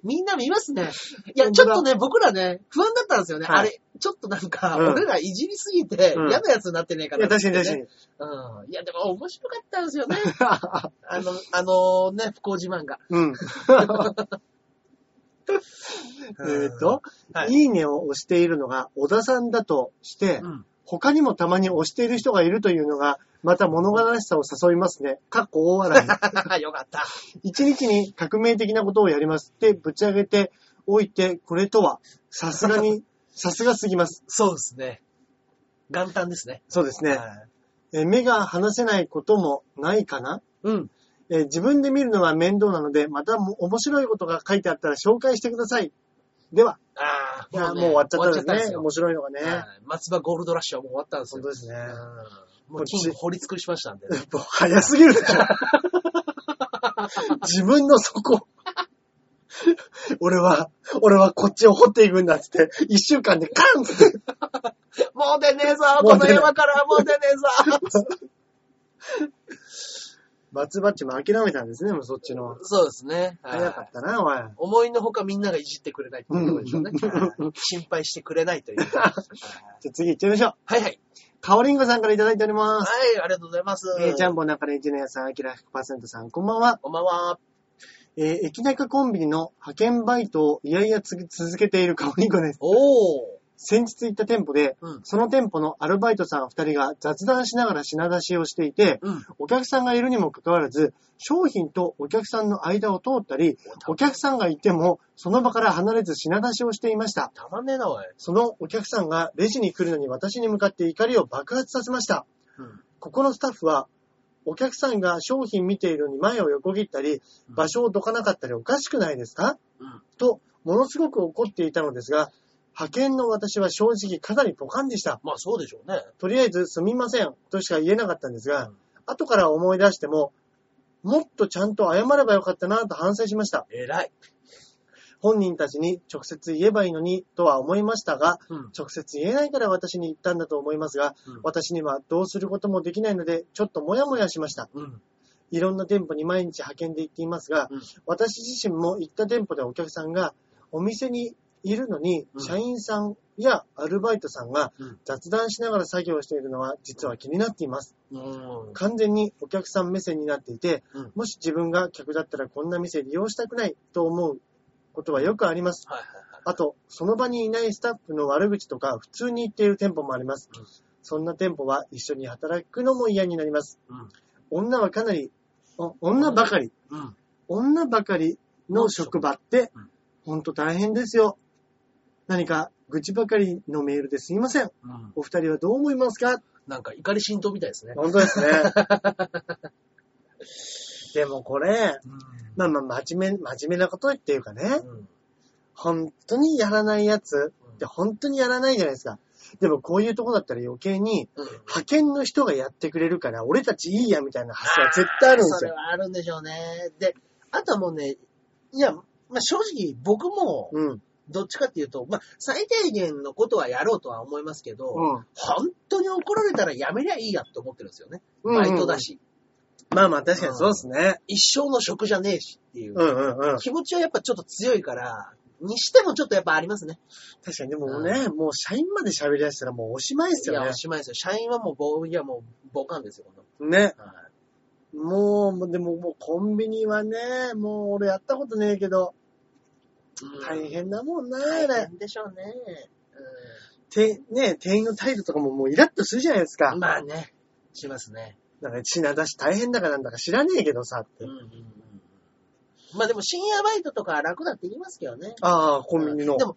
B: みんな見ますね。いや、
A: 本
B: ちょ
A: 当
B: っ
A: だ
B: とね、僕らね、不安だったんですよね。
A: はい
B: あれ、ちょっとなんか、
A: うん
B: 俺らいじりすぎて、
A: うん
B: 嫌 (laughs) なやつになってねえか
A: い
B: な
A: や、
B: って、ね。
A: 確かに確かに。
B: うん。いや、でも面白かったんですよね。 (laughs) あ
A: (laughs)
B: の、あのね、不幸自慢が。 (laughs)
A: うん。えっと、
B: はい
A: い、いねを押しているのが小田さんだとして、
B: うん
A: 他にもたまに押している人がいるというのが、また物悲しさを誘いますね。かっこ大 (laughs) 笑い。
B: (laughs) よかった。
A: 一日に革命的なことをやりますってぶち上げておいてこれとは、さすが (laughs) に、さすがすぎます。
B: そうですね。元旦ですね。
A: そうですね
B: は。
A: え目が離せないこともないかな
B: うん。
A: え自分で見るのは面倒なので、またも面白いことが書いてあったら紹介してください。では、
B: ああ、
A: いやもう
B: ね
A: 終わっちゃったんで
B: 終
A: す
B: わっちゃ
A: ね
B: っ。たん
A: 面白いのがね
B: です。よはい松葉ゴールドラッシュはもう終わったんです
A: 本
B: よ
A: 当。ですね。
B: もう金掘り尽くしましたんでね、
A: もう早すぎるでしょ。自分のそこ。俺は、俺はこっちを掘っていくんだっつって、一週間でカンっつって、
B: もう出ねえぞ
A: も
B: こ
A: う出
B: の
A: ない
B: 山からはもう出ねえぞ
A: 松バッチも諦めたんですね、もうそっちの。
B: (laughs) そうですね。はい
A: 早かったな、おい。
B: 思いのほかみんながいじってくれないっていうことでしょうね。はい心配してくれないという。はい
A: じゃあ次行っちゃいましょう。
B: はいはい。
A: カオリンゴさんからいただいており
B: は
A: ます。
B: い、ありがとうございます。
A: えー、ジャンボ中根ジュニアさん、アキラ100%さん、こんばんは。
B: こんばんは。
A: えー、駅中コンビニの派遣バイトをいやいやつ続けているカオリンゴです。
B: おー。
A: 先日行った店舗で、
B: うん
A: その店舗のアルバイトさん2人が雑談しながら品出しをしていて、
B: うん
A: お客さんがいるにもかかわらず、商品とお客さんの間を通ったり、お客さんがいても、その場から離れず品出しをしていました。
B: たまんねえな、おい。
A: そのお客さんがレジに来るのに私に向かって怒りを爆発させました。
B: うん
A: ここのスタッフは、お客さんが商品見ているのに前を横切ったり、
B: うん
A: 場所をどかなかったりおかしくないですか、
B: うん
A: と、ものすごく怒っていたのですが、派遣の私は正直かなりポカンでした。
B: まあそうでしょうね。
A: とりあえずすみませんとしか言えなかったんですが、
B: うん
A: 後から思い出しても、もっとちゃんと謝ればよかったなと反省しました。
B: 偉い。
A: 本人たちに直接言えばいいのにとは思いましたが、
B: うん
A: 直接言えないから私に言ったんだと思いますが、
B: うん
A: 私にはどうすることもできないので、ちょっとモヤモヤしました。
B: うん。
A: いろんな店舗に毎日派遣で行っていますが、
B: うん
A: 私自身も行った店舗でお客さんがお店にいるのに、
B: うん
A: 社員さんやアルバイトさんが
B: うん
A: 雑談しながら作業しているのは実は気になっています。
B: うん。
A: 完全にお客さん目線になっていて、
B: うん
A: もし自分が客だったらこんな店利用したくないと思うことはよくあります。
B: はいはい
A: あと、その場にいないスタッフの悪口とか普通に言っている店舗もあります。
B: うん
A: そんな店舗は一緒に働くのも嫌になります。
B: うん
A: 女はかなり、お女ばかり、
B: はい。うん。
A: 女ばかりの職場って
B: うん、
A: ほんと大変ですよ。何か愚痴ばかりのメールですいません。
B: うん。
A: お二人はどう思いますか
B: なんか怒り浸透みたいですね。
A: 本当
B: (laughs)
A: ですね。でもこれ、
B: う
A: まあまあ真面目、真面目なことっていうかね、
B: ん。うん。
A: 本当にやらないやつって本当にやらないじゃないですか。でもこういうとこだったら余計に、
B: うん
A: 派遣の人がやってくれるから、俺たちいいやみたいな発想は絶対あるんです
B: それ
A: よ。
B: はあるんでしょうね。で、あとはもうね、いや、まあ、正直僕も、
A: うん。
B: どっちかっていうと、まあ、最低限のことはやろうとは思いますけど、
A: うん
B: 本当に怒られたらやめりゃいいやって思ってるんですよね。バイトだし。
A: まあまあ確かにそうですね。
B: 一生の食じゃねえしっていう。
A: うんうんうん。
B: 気持ちはやっぱちょっと強いから、にしてもちょっとやっぱありますね。
A: 確かにでもね、もう社員まで喋り出したらもうおしまいです
B: い
A: よ
B: や、
A: ね
B: お。しまいですよ。社員はもうぼ、いやもう、傍観ですよ、こんな
A: ね。
B: のはい
A: もう、でももうコンビニはね、もう俺やったことねえけど、大変だもんな、あ
B: 大
A: れ。
B: 変でしょうね。
A: て、ね、店員の態度とかももうイラッとするじゃないですか
B: うん。まあね、しますね。
A: なんか品出し大変だかなんだか知らねえけどさって。
B: まあでも深夜バイトとかは楽だって言いますけどね。
A: ああ、コンビニの
B: で。も、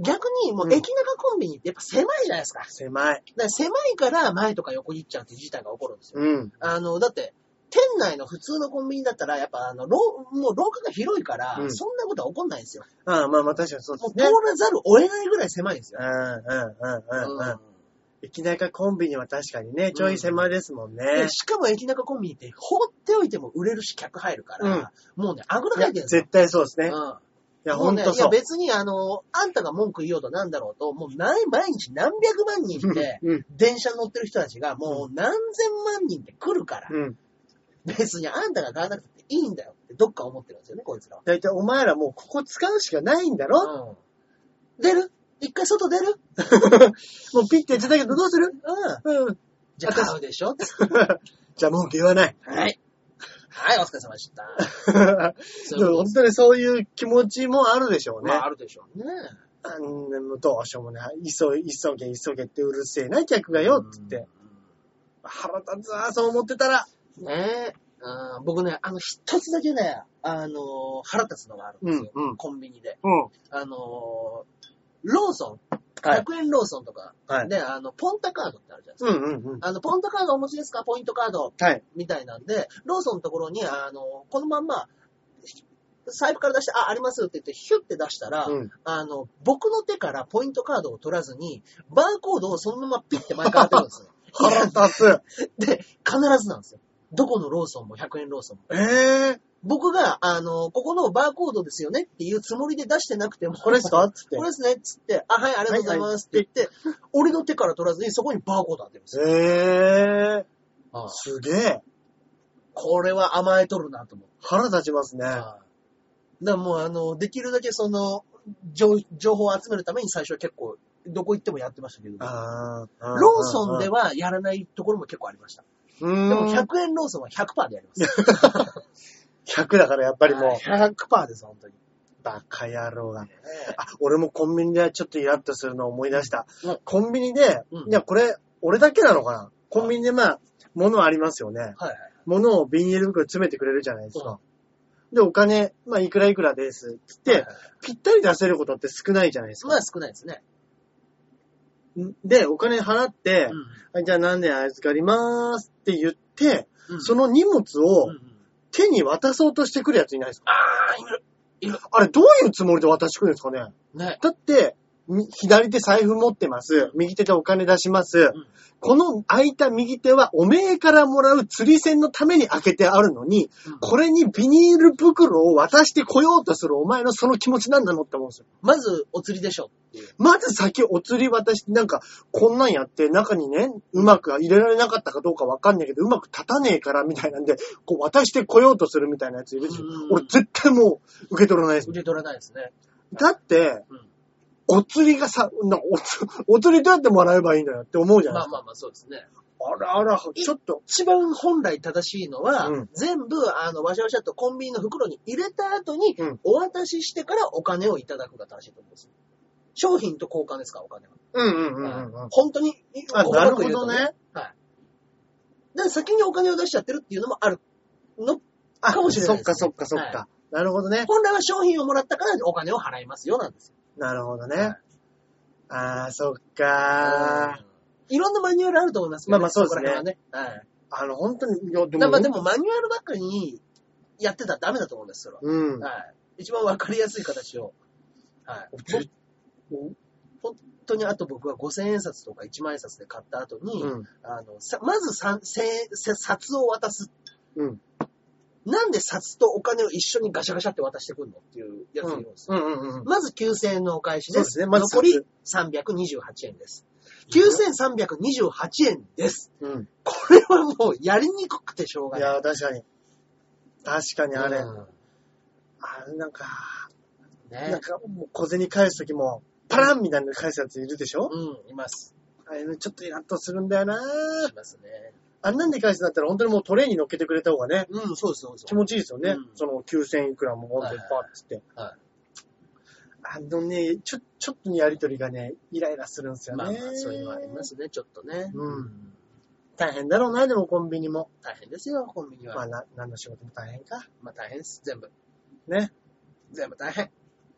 B: 逆にもう
A: うん
B: 駅中コンビニってやっぱ狭いじゃないですか。だか
A: 狭い。
B: ら狭いから前とか横切っちゃうっていう事態が起こるんですよ。
A: うん。
B: あの、だって、店内の普通のコンビニだったら、やっぱあの、廊もう廊下が広いから、
A: うん
B: そんなことは起こんないんですよ。
A: ああ、まあまあ確かにそうで
B: もう
A: す
B: 通
A: ね。
B: らざるを得ないぐらい狭いんですよ
A: う。んうんうんうんうん。
B: うん
A: 駅中コンビニは確かにね、ちょい狭いですもんね。
B: でしかも駅中コンビニって放っておいても売れるし客入るから、もうね、あぐら
A: い
B: か
A: や
B: いてるんですよ
A: 絶。対そうですね。い
B: うん
A: や、
B: も
A: ほ
B: うんね
A: と
B: い
A: そ
B: や
A: う。
B: 別にあの、あんたが文句言おうとなんだろうと、もう毎毎日何百万人って
A: うん、
B: 電車に乗ってる人たちがもう何千万人って来るから、
A: うん。
B: 別にあんたが買わなくていいんだよってどっか思ってるんですよね、こいつらは。
A: だいたいお前らもうここ使うしかないんだろ
B: うん出る一回外出る
A: もうピッてやっちゃったけどどうする
B: うん。
A: うん。
B: じゃあ買うでしょ
A: じゃあ文句言わない。
B: はい。はい、お疲れ様でした。そ
A: (laughs)
B: う
A: で
B: いう
A: も本
B: ことです
A: 当にそういう気持ちもあるでしょうね。
B: まあ、あるでしょうね。
A: うんでもどうしようもない。急い、急げ、急げってうるせえな客がよ、つって。腹立つわ、そう思ってたら。
B: ねえ。うん僕ね、あの、一つだけね、あの、腹立つのがあるんですよ。
A: うんうん
B: コンビニで。
A: うん。
B: あのーローソン、
A: はい
B: 100円ローソンとか、
A: はい
B: ね、あの、ポンタカードってあるじゃないです
A: うんうんうん。
B: か。あの、ポンタカードお持ちですかポイントカード
A: はい。
B: みたいなんで、ローソンのところに、あの、このまんま、財布から出して、あ、ありますよって言って、ヒュッて出したら、
A: うん
B: あの、僕の手からポイントカードを取らずに、バーコードをそのままピッて前から出るんですよ。
A: (laughs) 腹立つ。
B: (laughs) で、必ずなんですよ。どこのローソンも100円ローソンも。
A: ええ
B: 僕が、あの、ここのバーコードですよねっていうつもりで出してなくても、
A: これですかつって
B: (laughs) こ。れですね、っつって、あ、はい、ありがとうございますって言って、俺の手から取らずにそこにバーコード当てるんですよ。
A: ええ
B: ああ
A: すげえ。
B: これは甘えとるなと思って。
A: 腹立ちますね。
B: だからもう、あの、できるだけその、情情報を集めるために最初は結構、どこ行ってもやってましたけど、ロ
A: ああ
B: ーソンで、はやらないところも結構ありました。
A: う
B: で
A: ん。
B: も100円ローソンは100%でやります。やっ
A: 100だからやっぱりもう、
B: 100%です、本当に。
A: バカ野郎だ。あ、俺もコンビニでちょっとイラッとするのを思い出した。
B: うん
A: コンビニで、
B: うん
A: いや、これ、俺だけなのかなコンビニでまあ、物ありますよね。
B: はいはい。
A: 物をビニール袋に詰めてくれるじゃないですか。で、お金、まあ、いくらいくらです。つって、
B: はいはい
A: ぴったり出せることって少ないじゃないです
B: ま
A: か。
B: あ少ないですね。
A: で、お金払って
B: う、ん
A: あじゃあ何で預かりまーすって言って、
B: うん
A: その荷物を
B: うんうん
A: 手に渡そうとしてくるやついないですか、
B: あーいる
A: あれ、どういうつもりで渡してくるんですかね
B: ね。
A: だって、み左手財布持ってます。右手でお金出します。
B: ん
A: この空いた右手はおめえからもらう釣り銭のために開けてあるのに、
B: うん
A: これにビニール袋を渡してこようとするお前のその気持ちなんなのって思うんですよ。
B: まず、お釣りでしょっていう。
A: まず先お釣り渡して、なんか、こんなんやって、中にね、うまく入れられなかったかどうかわかんないけど、うまく立たねえから、みたいなんで、こう渡してこようとするみたいなやついるでしょ
B: うん。
A: 俺絶対もう受け取らないです。
B: 受け取らないですね。
A: だって
B: うん、
A: お釣りがさ、なおつお釣りどうやってもらえばいいんだよって思うじゃないで
B: まあ
A: す
B: ま
A: か。
B: あまあ、そうですね。
A: あらあら、ちょっと。
B: 一番本来正しいのは、
A: うん
B: 全部、あの、わしゃわしゃっとコンビニの袋に入れた後に、
A: うん
B: お渡ししてからお金をいただくが正しいと思うんですよ。商品と交換ですから、お金は。
A: うんうんうんうんうん。
B: 本当に、
A: あ、
B: 細
A: な
B: か
A: る
B: く
A: ほ
B: 言うと
A: どね。。
B: で、先にお金を出しちゃってるっていうのもあるの。
A: あ、
B: かもしれない
A: そっ
B: です
A: か
B: ね
A: そっかそっ
B: は
A: か。なるほどね。
B: 本来は商品をもらったからお金を払いますよ、なんですよ。
A: なるほど
B: は
A: ね
B: い。
A: あー、そっかー。
B: うんいろんなマニュアルあると思いますけど、
A: まあまあそうですね
B: こら辺はね。はい。
A: あの、本当に、いや、で
B: だから
A: も
B: まあでもマニュアルばっかりにやってたらダメだと思うんです、それは。
A: うん。
B: はい。一番わかりやすい形を。はい。
A: ぜ
B: ほ本当にあと僕は5000円札とか1万円札で買った後に、
A: うん
B: あの、さまずさん千円せ札を渡す。
A: うん
B: なんで札とお金を一緒にガシャガシャって渡してくるのっていうやつがいるんですよ。
A: うんうんうん。
B: まず9000円のお返し
A: そ
B: です。
A: うですねまず
B: 残り
A: 札
B: 328円です。9328円です。
A: うん。
B: これはもうやりにくくてしょうが
A: い
B: ない。
A: やー、確かに。確かにあれ。
B: うん
A: あれなんか、な
B: ね
A: ん。かもう小銭返すときも、パランみたいなの返すやついるでしょ、
B: うん、います。
A: あれね、ちょっとイラッとするんだよない
B: ますね。
A: あんなんで返すんだったら本当にもうトレーに乗っけてくれた方がね、
B: うん、そうです、そうです。
A: 気持ちいいですよね。
B: うん
A: その9000いくらも本当にパッつって。
B: はい
A: あのね、ちょ、ちょっとのやりとりがね、イライラするんですよね。
B: まあまあ、そういうのはありますね、ちょっとね。
A: うん。大変だろうな、でもコンビニも。
B: 大変ですよ、コンビニは。
A: まあ、な、何の仕事も大変か。
B: まあ大変です、全部。
A: ね。
B: 全部大変。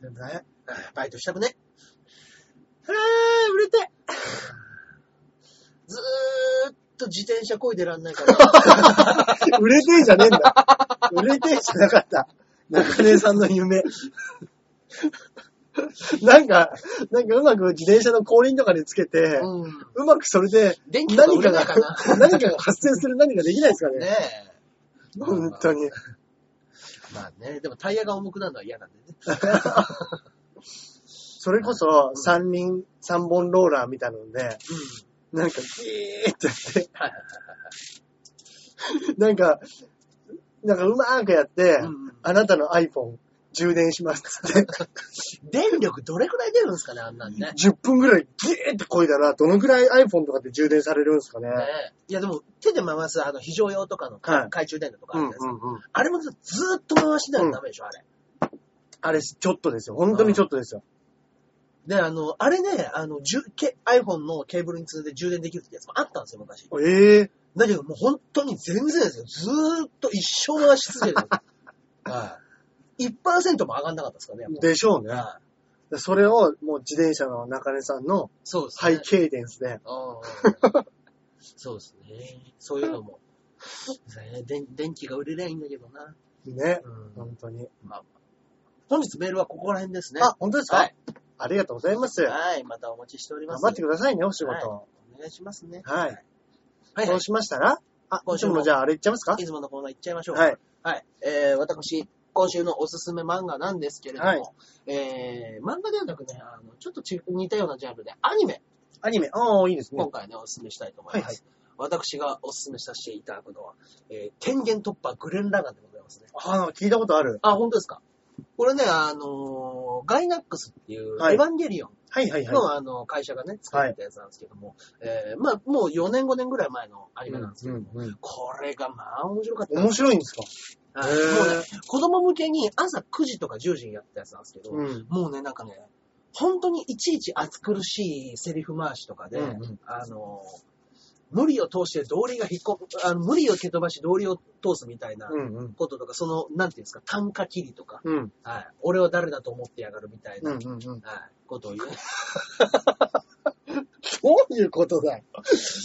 A: 全部大変。あ
B: あーバイトしたくね。
A: ー、売れて
B: ずーっと自転車こいでらんな
A: (laughs)
B: いから。
A: (laughs) 売れてえじゃねえんだ。売れてえじゃなかった。中根さんの
B: (laughs)
A: 夢。なんか、なんかうまく自転車の後輪とかにつけて、う
B: うん。
A: まくそれで
B: 電気とか
A: 何
B: 売れ
A: か
B: な
A: が
B: いかな。、
A: (laughs) 何かが発生する何かできないですかね。
B: ねえ。
A: 本当に。
B: まあね、でもタイヤが重くなるのは嫌なんでね。
A: それこそ三輪、三本ローラーみたいなので、なんかギーってやって、
B: はいはい
A: なんか、なんかうまーくやって、
B: はいうん。
A: あなたの iPhone 充電しますっつって。 (laughs)
B: 電力どれくらい出るんですかね、あんなんね。ね
A: 10分ぐらいギーってこいだら、どのぐらい iPhone とかって充電されるんですかね。
B: えいやでも、手で回す、あの、非常用とかの
A: はい
B: 懐中電灯とかあ
A: う
B: る
A: ん
B: じ
A: う
B: ゃないですか。
A: んうん。
B: あれもずーっと回しないとダメでしょ、あれ。
A: あれ、ちょっとですよ。本当にちょっとですよ。
B: で、あの、あれね、あの、じゅけ iPhone のケーブルに積んで充電できるってやつもあったんですよ、昔。
A: ええ
B: だけどもう本当に全然ですよ。ずーっと一生回し続
A: (laughs)
B: けてる。はい。1%も上がんなかったですからね、やっぱ
A: でしょうね。
B: はい
A: それを、もう自転車の中根さんの
B: そうです
A: ハ
B: ね。
A: イケイデンスで、
B: うんうん (laughs) そうですね。そういうのも。ね電電気が売れりゃいいんだけどな。
A: ね。
B: うん
A: 本当に。
B: まあまあ、本日メールはここら辺ですね。
A: あ、本当ですか、
B: はい
A: ありがとうございます。頑
B: はい。またお待ちしております。
A: 張ってくださいね、お仕事。
B: はお願いしますね。
A: はい。
B: はい、
A: そ
B: は
A: うしましたら、あ、
B: 今
A: 今
B: 週
A: 週
B: も
A: もじゃああれいっちゃいますか
B: い。いつものコーナー行っちゃいましょうか。
A: はい。
B: はい。えー、私、今週のおすすめ漫画なんですけれども、
A: はい
B: えー、漫画ではなくね、あの、ちょっとち似たようなジャンルで、アニメ、
A: アニメ。ああ、いいですね
B: 今。回ね、おすすめしたいと思います。
A: はいはい
B: 私がおすすめさせていただくのは、えー、天元突破グレンラガンでございますね。
A: ああ、なんか聞いたことある。
B: あ、本当ですか。これね、あのーガイナックスっていう、
A: はい
B: エヴァンゲリオン
A: はいはいはい。
B: の、あの、会社がね、作ってたやつなんですけども、えー、まあ、もう4年5年ぐらい前のアニメなんですけども、
A: うんうんうん
B: これがまあ面白かったです
A: 面白いんですか
B: はい
A: へー
B: もうね、子供向けに朝9時とか10時にやってたやつなんですけど、
A: うん。
B: もうね、なんかね、本当にいちいち暑苦しいセリフ回しとかで、
A: うんうん
B: あの、無理を通して道理が引っこ、あの無理を蹴飛ばし道理を通すみたいな
A: うんうん。
B: こととか、その、なんていうんですか、単価切りとか、
A: うん。
B: はい、俺は誰だと思ってやがるみたいな、
A: うんうんうん。ど
B: はい、ことを言う。
A: ういうことだよ。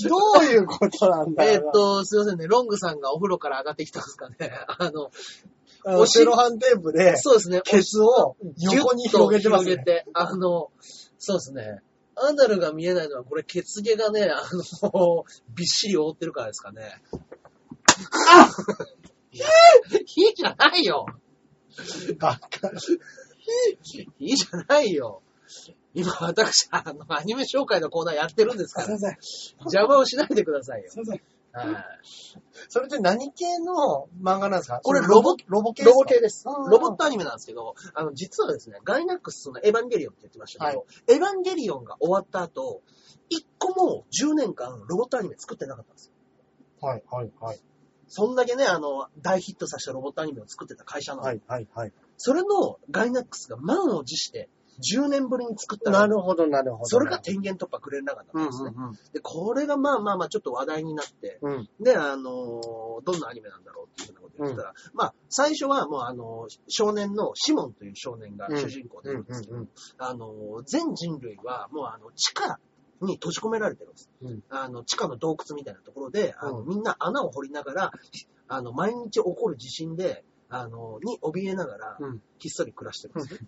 A: どういうことなんだよ。
B: えーっと、すいませんね、ロングさんがお風呂から上がってきたんですかね。 (laughs) あの、
A: あの、
B: おし
A: セロハンテープで、
B: (laughs) そうですね、
A: ケツを横に広げてます
B: ぎゅ
A: ね。
B: っと広げてあの、そうですね。アナルが見えないのは、これ、ケツ毛がね、あの、びっしり覆ってるからですかね。あ火じゃないよ
A: ばっか
B: 火じゃないよ今、私、あの、アニメ紹介のコーナーやってるんですか
A: すい
B: ら
A: ま、せん。
B: 邪魔をしないでくださいよ
A: す。いません。
B: はい
A: それって何系の漫画なんですか
B: これ
A: その
B: ロボ、
A: ロボ系
B: ロボ系です。
A: あー
B: ロボットアニメなんですけど、あの、実はですね、ガイナックスそのエヴァンゲリオンって言ってましたけど、エヴァンゲリオンが終わった後、一個も10年間ロボットアニメ作ってなかったんですよ。
A: はい、はい、はい。
B: そんだけね、あの、大ヒットさせたロボットアニメを作ってた会社なの。
A: はい、はい、はい。
B: それのガイナックスが満を持して、10年ぶりに作った
A: な
B: の
A: るほど、なるほど。
B: それが天元突破グレンラガンだった
A: うんん、う
B: ですね。
A: ん、
B: で、これがまあまあまあちょっと話題になって、
A: うん。うん、
B: で、あのーどんなアニメなんだろうっていうふうなこと言ってたら、まあ、最初はもうあのー少年のシモンという少年が主人公で
A: う
B: い
A: ん、
B: るん
A: う
B: ですけど、
A: ん。
B: あのー全人類はもうあの、地下に閉じ込められてるんです。
A: うん
B: あの、地下の洞窟みたいなところで、あの、
A: うん
B: みんな穴を掘りながら、あの、毎日起こる地震で、あの、に怯えながら
A: うん、
B: ひっそり暮らしてるんですね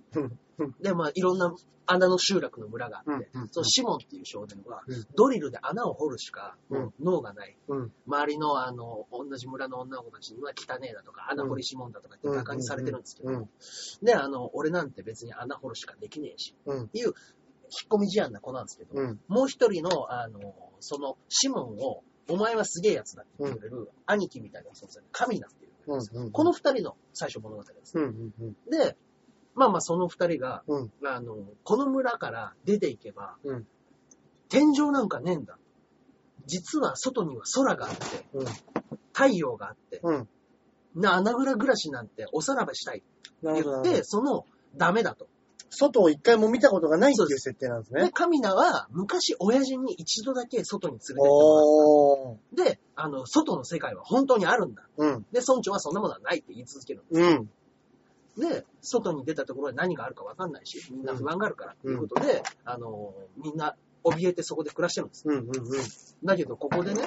A: うんうん。
B: で、まあ、いろんな穴の集落の村があって
A: うんうん、
B: そのシモンっていう少年は
A: うん、
B: ドリルで穴を掘るしか
A: うん
B: 脳がない。
A: うん。
B: 周りの、あの、同じ村の女の子たちには汚ねえだとか、穴掘りシモンだとかって馬鹿にされてるんですけど
A: う、ん。
B: で、あの、俺なんて別に穴掘るしかできねえし、
A: うん
B: っていう、引っ込み思案な子なんですけど、
A: うん。
B: もう一人の、あの、その、シモンを、お前はすげえやつだって言ってくれる、兄貴みたいな存在、神だっていう。
A: うん。
B: この二人の最初物語です。
A: うん。うん。うん。
B: で、まあまあその二人が、
A: うん
B: あの、この村から出ていけば、
A: うん
B: 天井なんかねえんだ。実は外には空があって、
A: うん
B: 太陽があって、
A: うん
B: な、穴蔵暮らしなんておさらばしたいって
A: な
B: 言
A: るほど
B: っ
A: なるほ
B: て、
A: ど。
B: その、ダメだと。
A: 外を一回も見たことがないって
B: そう
A: い
B: で
A: う設定なんです
B: で、
A: ね。
B: 神名は昔親父に一度だけ外に連れてっても
A: おー。
B: らって、で、あの、外の世界は本当にあるんだ。
A: うん。
B: で、村長はそんなものはないって言い続ける。
A: うん。
B: で、外に出たところに何があるか分かんないし、みんな不安があるからっていうことで、あの、みんな怯えてそこで暮らしてるんです。
A: うん。うん。うん。
B: だけど、ここでね、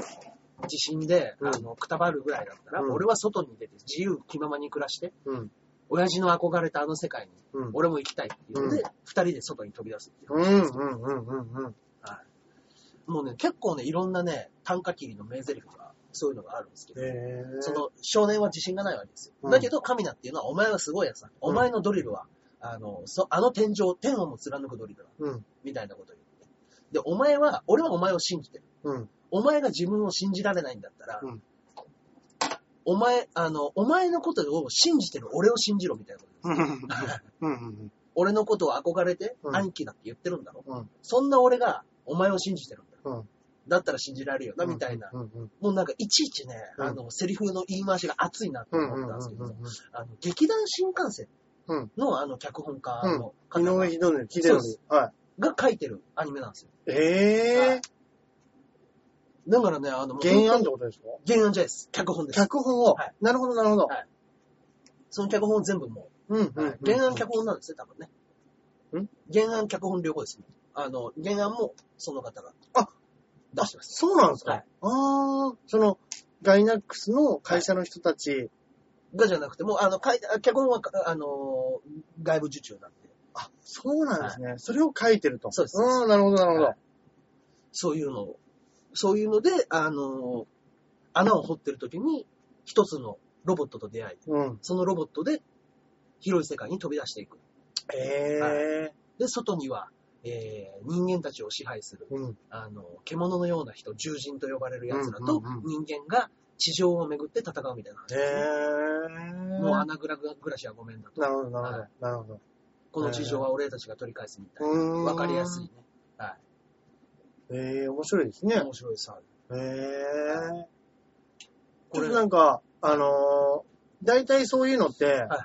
B: 地震で、
A: うん
B: あの、くたばるぐらいだったら、
A: うん
B: 俺は外に出て自由気ままに暮らして、
A: うん
B: 親父の憧れたあの世界に、
A: うん。
B: 俺も行きたいっていうの
A: う
B: で、二、人で外に飛び出すっていう。
A: うん。うん。うん。うん。うん。
B: もうね、結構ね、いろんなね、短歌切りの名台詞が、そういうのがあるんですけど、
A: へー
B: その少年は自信がないわけですよ。
A: うん
B: だけど、神名っていうのは、お前はすごいやつだ。お前のドリルは、あの、そあの天井、天をも貫くドリルだ。
A: うん。
B: みたいなこと言って。で、お前は、俺はお前を信じてる。
A: うん。
B: お前が自分を信じられないんだったら、
A: うん
B: お前、あの、お前のことを信じてる俺を信じろみたいなことです。
A: うん。うん。
B: 俺のことを憧れて、
A: うん
B: 兄貴だって言ってるんだろ、
A: うん
B: そんな俺が、お前を信じてるんだよ。
A: うん
B: だったら信じられるよな、みたいな。
A: うん。うん。
B: もうなんか、いちいちね、
A: うん
B: あの、セリフの言い回しが熱いなって
A: う
B: 思
A: ん。う
B: っ
A: ん
B: たんですけど、
A: うん。
B: あの、劇団新幹線
A: うん
B: の、あの、脚本家の
A: 井
B: 方が,、
A: 上秀則、秀則。は
B: が書いてるアニメなんですよ。
A: い。え
B: だからね、あの、もう
A: ー、原案ってことですか
B: 原案じゃないです。脚本です。
A: 脚本を、
B: はい
A: なるほど、なるほど。
B: はいその脚本を全部も
A: うん、
B: う、
A: う
B: はい
A: ん。
B: 原案脚本なんですね、多分ね。
A: ん
B: 原案脚本両方ですね。あの、原案もその方が。
A: あ
B: 出してます。
A: そうなんですか、
B: はい
A: ああ、その、ガイナックスの会社の人たち、
B: がじゃなくて、もう、あの、かい脚本は、あの、外部受注なんで、
A: あ、そうなんですね、それを書いてると。
B: そうです
A: うん、なるほど、なるほど。
B: はそういうのを、そういうので、あの、穴を掘ってる時に、一つのロボットと出会い、
A: うん。
B: そのロボットで広い世界に飛び出していく。
A: ええ
B: で、外には、えー人間たちを支配する、
A: うん。
B: あの、獣のような人、獣人と呼ばれる奴らと
A: うんうん
B: 人間が地上を巡って戦うみたいな話
A: ええ
B: ですね。もう
A: な
B: 穴ぐらぐら暮らしはごめんだと。
A: るほど、なるほど、
B: は
A: なるほど。
B: この地上は俺たちが取り返すみたいな。
A: うーん
B: わかりやすいね。
A: ええ面白いですね。
B: 面白いさ。
A: ええ
B: こ
A: こ
B: れ
A: れなんか、あのー、大体そういうのって、
B: はいはい。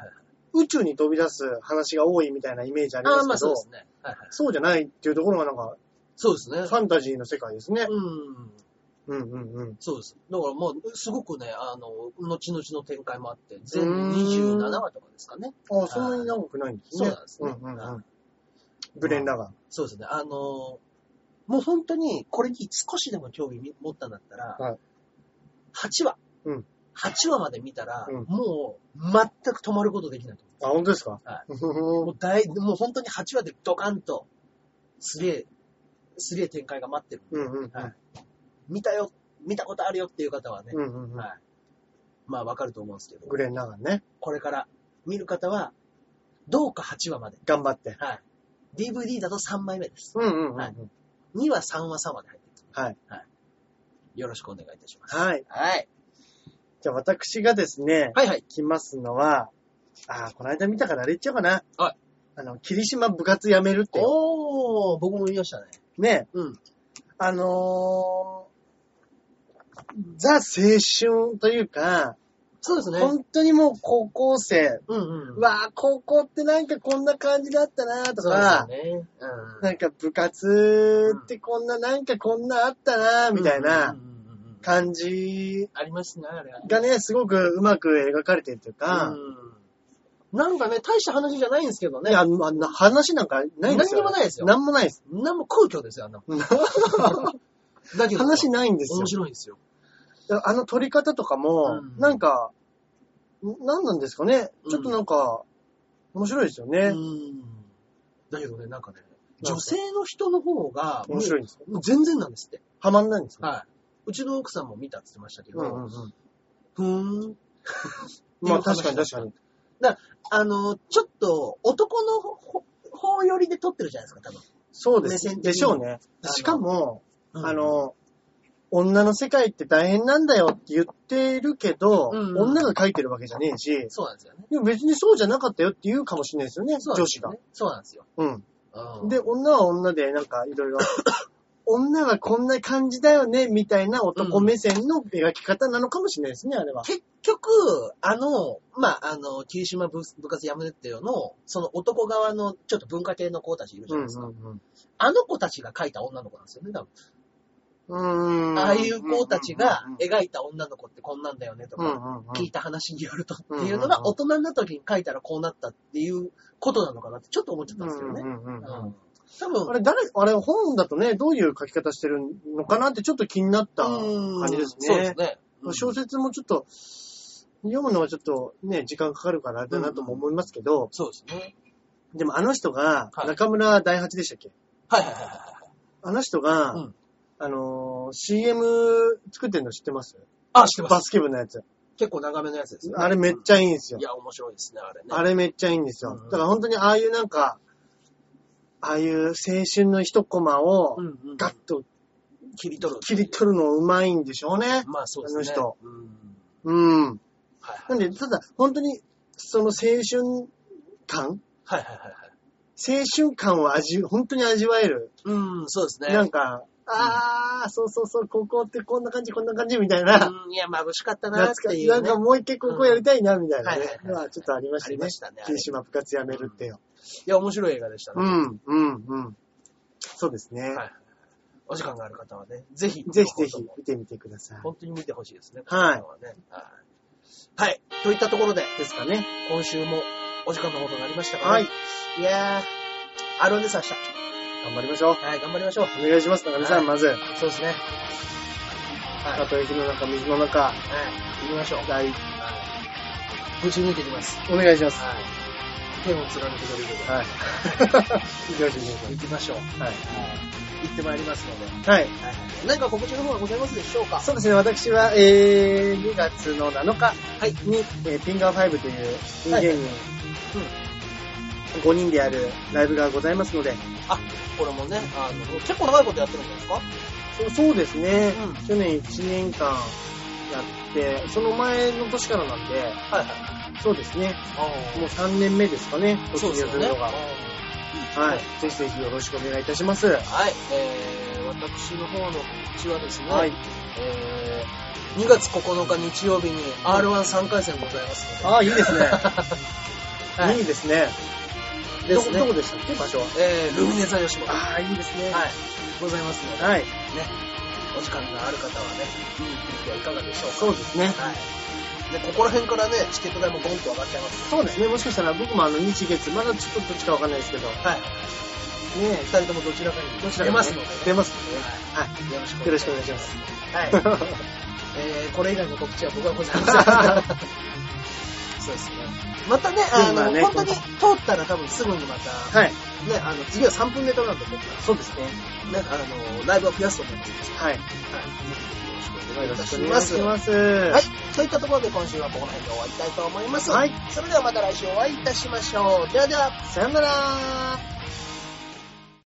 A: 宇宙に飛び出す話が多いみたいなイメージありますけ
B: ああ、
A: ど、
B: まあそうですね。はいはい。
A: そうじゃないっていうところがなんか、
B: そうですね。
A: ファンタジーの世界ですね。
B: うん。
A: うんうんうん。
B: そうです。だからもう、すごくね、あの、後々の展開もあって、全27話とかですかね。
A: あそんなに長くないんですね。
B: そうなんですね
A: うんうん
B: は
A: うん。ブレンダーが。
B: そうですね。あのーもう本当にこれに少しでも興味持ったんだったら、
A: はい
B: 8話、
A: うん
B: 8話まで見たら、
A: うん
B: もう全く止まることできないと思
A: あ、本当ですか
B: は
A: う
B: う。も
A: ふ
B: う大、もう本当に8話でドカンと、すげえ、すげえ展開が待ってる。
A: ふんうんうん。
B: はい見たよ、見たことあるよっていう方はね、
A: うんうんうん
B: はいまあわかると思うんですけど
A: ブ、レンダーがね、
B: これから見る方は、どうか8話まで。
A: 頑張って。
B: はい。DVD だと3枚目です。
A: うんうんうんう
B: はい
A: ん。
B: 2話、3話、3話で入ってます。
A: はい。
B: よろしくお願いいたします。
A: はい。
B: はい。
A: じゃあ私がですね、
B: はいはい。
A: 来ますのは、あー、この間見たからあれ言っちゃおうかな。
B: はい。
A: あの、霧島部活辞めるって。
B: おー、僕も言いましたね。
A: ね。
B: うん。
A: あのー、ザ青春というか、
B: そうですね。
A: 本当にもう高校生、
B: うんうん。
A: わあ、高校ってなんかこんな感じだったなと
B: そう
A: か、
B: ですよね。うん。
A: なんか部活ってこんな、なんかこんなあったなみたい
B: うん
A: な
B: うんうんうんうん。
A: 感じ
B: ありますね、あれは。
A: がね、すごくうまく描かれてるというか、
B: うん。なんかね、大した話じゃないんですけど
A: ね
B: ね。
A: あのあの話なんかないんですよ。
B: 何にもないですよ
A: 何もないです。
B: なんも空虚ですよ、あんなもん。だけど、
A: 話ないんですよ
B: 面。白いんですよ。
A: あの撮り方とかも、
B: うん
A: なんか、何なんですかね
B: うん
A: ちょっとなんか、面白いですよね。
B: うん。だけどね、なんかね、女性の人の方が、
A: 面白いんですよ。
B: もう全然なんですって。
A: はまんないんですね。
B: はい。うちの奥さんも見たって言ってましたけど、
A: うんうんうん
B: ふーん。
A: まあ確かに確かに。
B: あの、ちょっと男のほ方寄りで撮ってるじゃないですか、多分。
A: そうです
B: 目
A: ね。
B: 線的に
A: でしょうね。
B: あの
A: しかも、
B: うん
A: あの、女の世界って大変なんだよって言ってるけど、
B: うんうん
A: 女が書いてるわけじゃねえし、
B: そうなんですよね。
A: でも別にそうじゃなかったよって言うかもしれないですよね、
B: そうなん
A: 女
B: で
A: 子
B: すよ
A: が。
B: ね。そうなんですよ。
A: うん。
B: うん
A: で、女は女で、なんかいろい
B: (laughs)
A: ろ、女はこんな感じだよね、みたいな男目線の描き方なのかもしれないですね、あれは。
B: 結局、あの、まあ、あの、霧島部部活やめてよの、その男側のちょっと文化系の子たちいるじゃないですか。
A: ん
B: あの子たちが描いた女の子なんですよね、多分。
A: うん。うん
B: ああいう子たちが
A: うん
B: 描いた女の子ってこんなんだよねと
A: うん
B: か、
A: うんうん
B: 聞いた話によるとって
A: うん
B: いうのが、大人になった時に描いたらこうなったっていうことなのかなってちょっと思っちゃったんですけどね。
A: うんうんうんうん
B: うん多
A: あ
B: 分、
A: れ、誰、あれ、本だとね、どういう書き方してるのかなってちょっと気になった
B: うん
A: 感じです
B: そうで
A: ね
B: す。ね。うん
A: 小説もちょっと、読むのはちょっとね、時間かかるからあれだなとも思いますけど、
B: そうですね。
A: でもあの人が、
B: はい
A: 中村大八でしたっけ
B: はいはいはいはい。
A: あの人が、
B: うん
A: あのー CM 作ってるの知ってます
B: あ、知ってま
A: バ
B: す。
A: スケ部のやつ。
B: 結構長めのやつですね。
A: あれめっちゃいいんですよ
B: い。や、面白いですね、あれね。
A: あれめっちゃいいんですよ。
B: うんうん
A: だから本当にああいうなんか、ああいう青春の一コマを
B: うんうん
A: ガッと
B: 切り取る。
A: 切り取るのうまいんでしょうね。
B: まあそうですね。
A: あの人
B: うん。
A: うん。
B: はい
A: なんで、ただ本当にその青春感
B: はいはいはいはい。
A: 青春感を味、本当に味わえる。
B: うん、そうですね。
A: なんか、あー、そうそうそう、高校ってこんな感じ、こんな感じみたいな。
B: うん、いや、眩しかったなっ
A: 懐
B: て
A: か
B: い
A: し
B: う、
A: い。な
B: ね。
A: んかもう一回高校やりたいな、みたいな
B: うん
A: ね
B: はい。はいはい
A: まあちょっとありまし
B: あ
A: たね。
B: りましたね。あれ
A: 霧島部活やめるってよ。
B: いや、面白い映画でしたね。
A: う
B: は
A: ん、うん、うん。そうですね。
B: い。お時間がある方はね、ぜひ、
A: ぜひぜひ
B: 本当
A: 見てみてください。
B: 本当に見てほしいですね。
A: はい
B: この映画はねはい。はい。といったところで、
A: ですかね。
B: 今週もお時間のほどになりましたから、
A: はい。。
B: いやー、アロンデスでした。
A: 頑張りましょう。
B: はい、頑張りましょう。
A: お願いします、中見さん、
B: は
A: まず。
B: そうですね。はい。
A: たとえ火の中、水の中、
B: はい。行きましょう。
A: 大、
B: はい。ぶち抜いていきます。
A: お願いします。
B: はい。天を貫くドリブルで。
A: はい。よろしくお願いし
B: 行きましょう。
A: ます。はい。
B: 行ってまいりますので。
A: はい。
B: 何か告知の方はございますでしょうか
A: そうですね、私は、えー、2月の7日
B: はい
A: に、えーピンガー5という、ピン芸人、5人でやるライブがございますので、
B: これもね、あの、結構長いことやってるんじゃないですか
A: そうそうですね、
B: う
A: 去年1年間やって、その前の年からなんで、
B: はいはい。
A: そうですね、
B: あ
A: もう3年目ですかね、
B: そ
A: 卒
B: う
A: 業
B: ですよ
A: する
B: ね。
A: のが。はい
B: い。。
A: ぜひぜひよろしくお願いいたします。
B: はい。えー、私の方の告知はですね、
A: はい。
B: えー、2月9日日曜日に R13 回戦ございますので、
A: ああ、いいです (laughs) ね。
B: はい
A: いいですね。
B: で
A: ど
B: す
A: こ、
B: ね
A: どこでしたっけ場所は。
B: えー、ルミネ座吉本。はい。
A: ああ、いいですね。
B: ございますので、
A: はい。
B: お時間がある方はね、見に行ってみてはいかがでしょうか。
A: そうですね。
B: はい。で、ここら辺からね、チケット代もボンと上がっちゃいます。
A: そうですね。もしかしたら僕もあの、日月、まだちょっとどっちかわかんないですけど、ね
B: はい。
A: え、
B: 二人ともどちらかに
A: どちら
B: 出
A: かね
B: ますので、ね。
A: 出ますのでね。
B: はい。よろしく
A: よろしくお願いします。
B: はい。えー、これ以外の告知は僕はございません。そうですね。またね、あ
A: まあ
B: の、
A: ね
B: 本当に通ったら多分すぐにまた、
A: はい。
B: ね、あの、次は3分ネタなんで、僕は
A: そうですね。
B: ね、あの、ライブは増やすと思います。
A: はい。
B: はい。
A: よ
B: よ
A: ろ
B: ろし
A: し
B: く
A: く
B: お
A: お
B: 願
A: 願い
B: いいた
A: し
B: しま。
A: ますす。
B: はい。といったところで今週はこの辺で終わりたいと思います。
A: はい。
B: それではまた来週お会いいたしましょう。ではでは。
A: さよなら。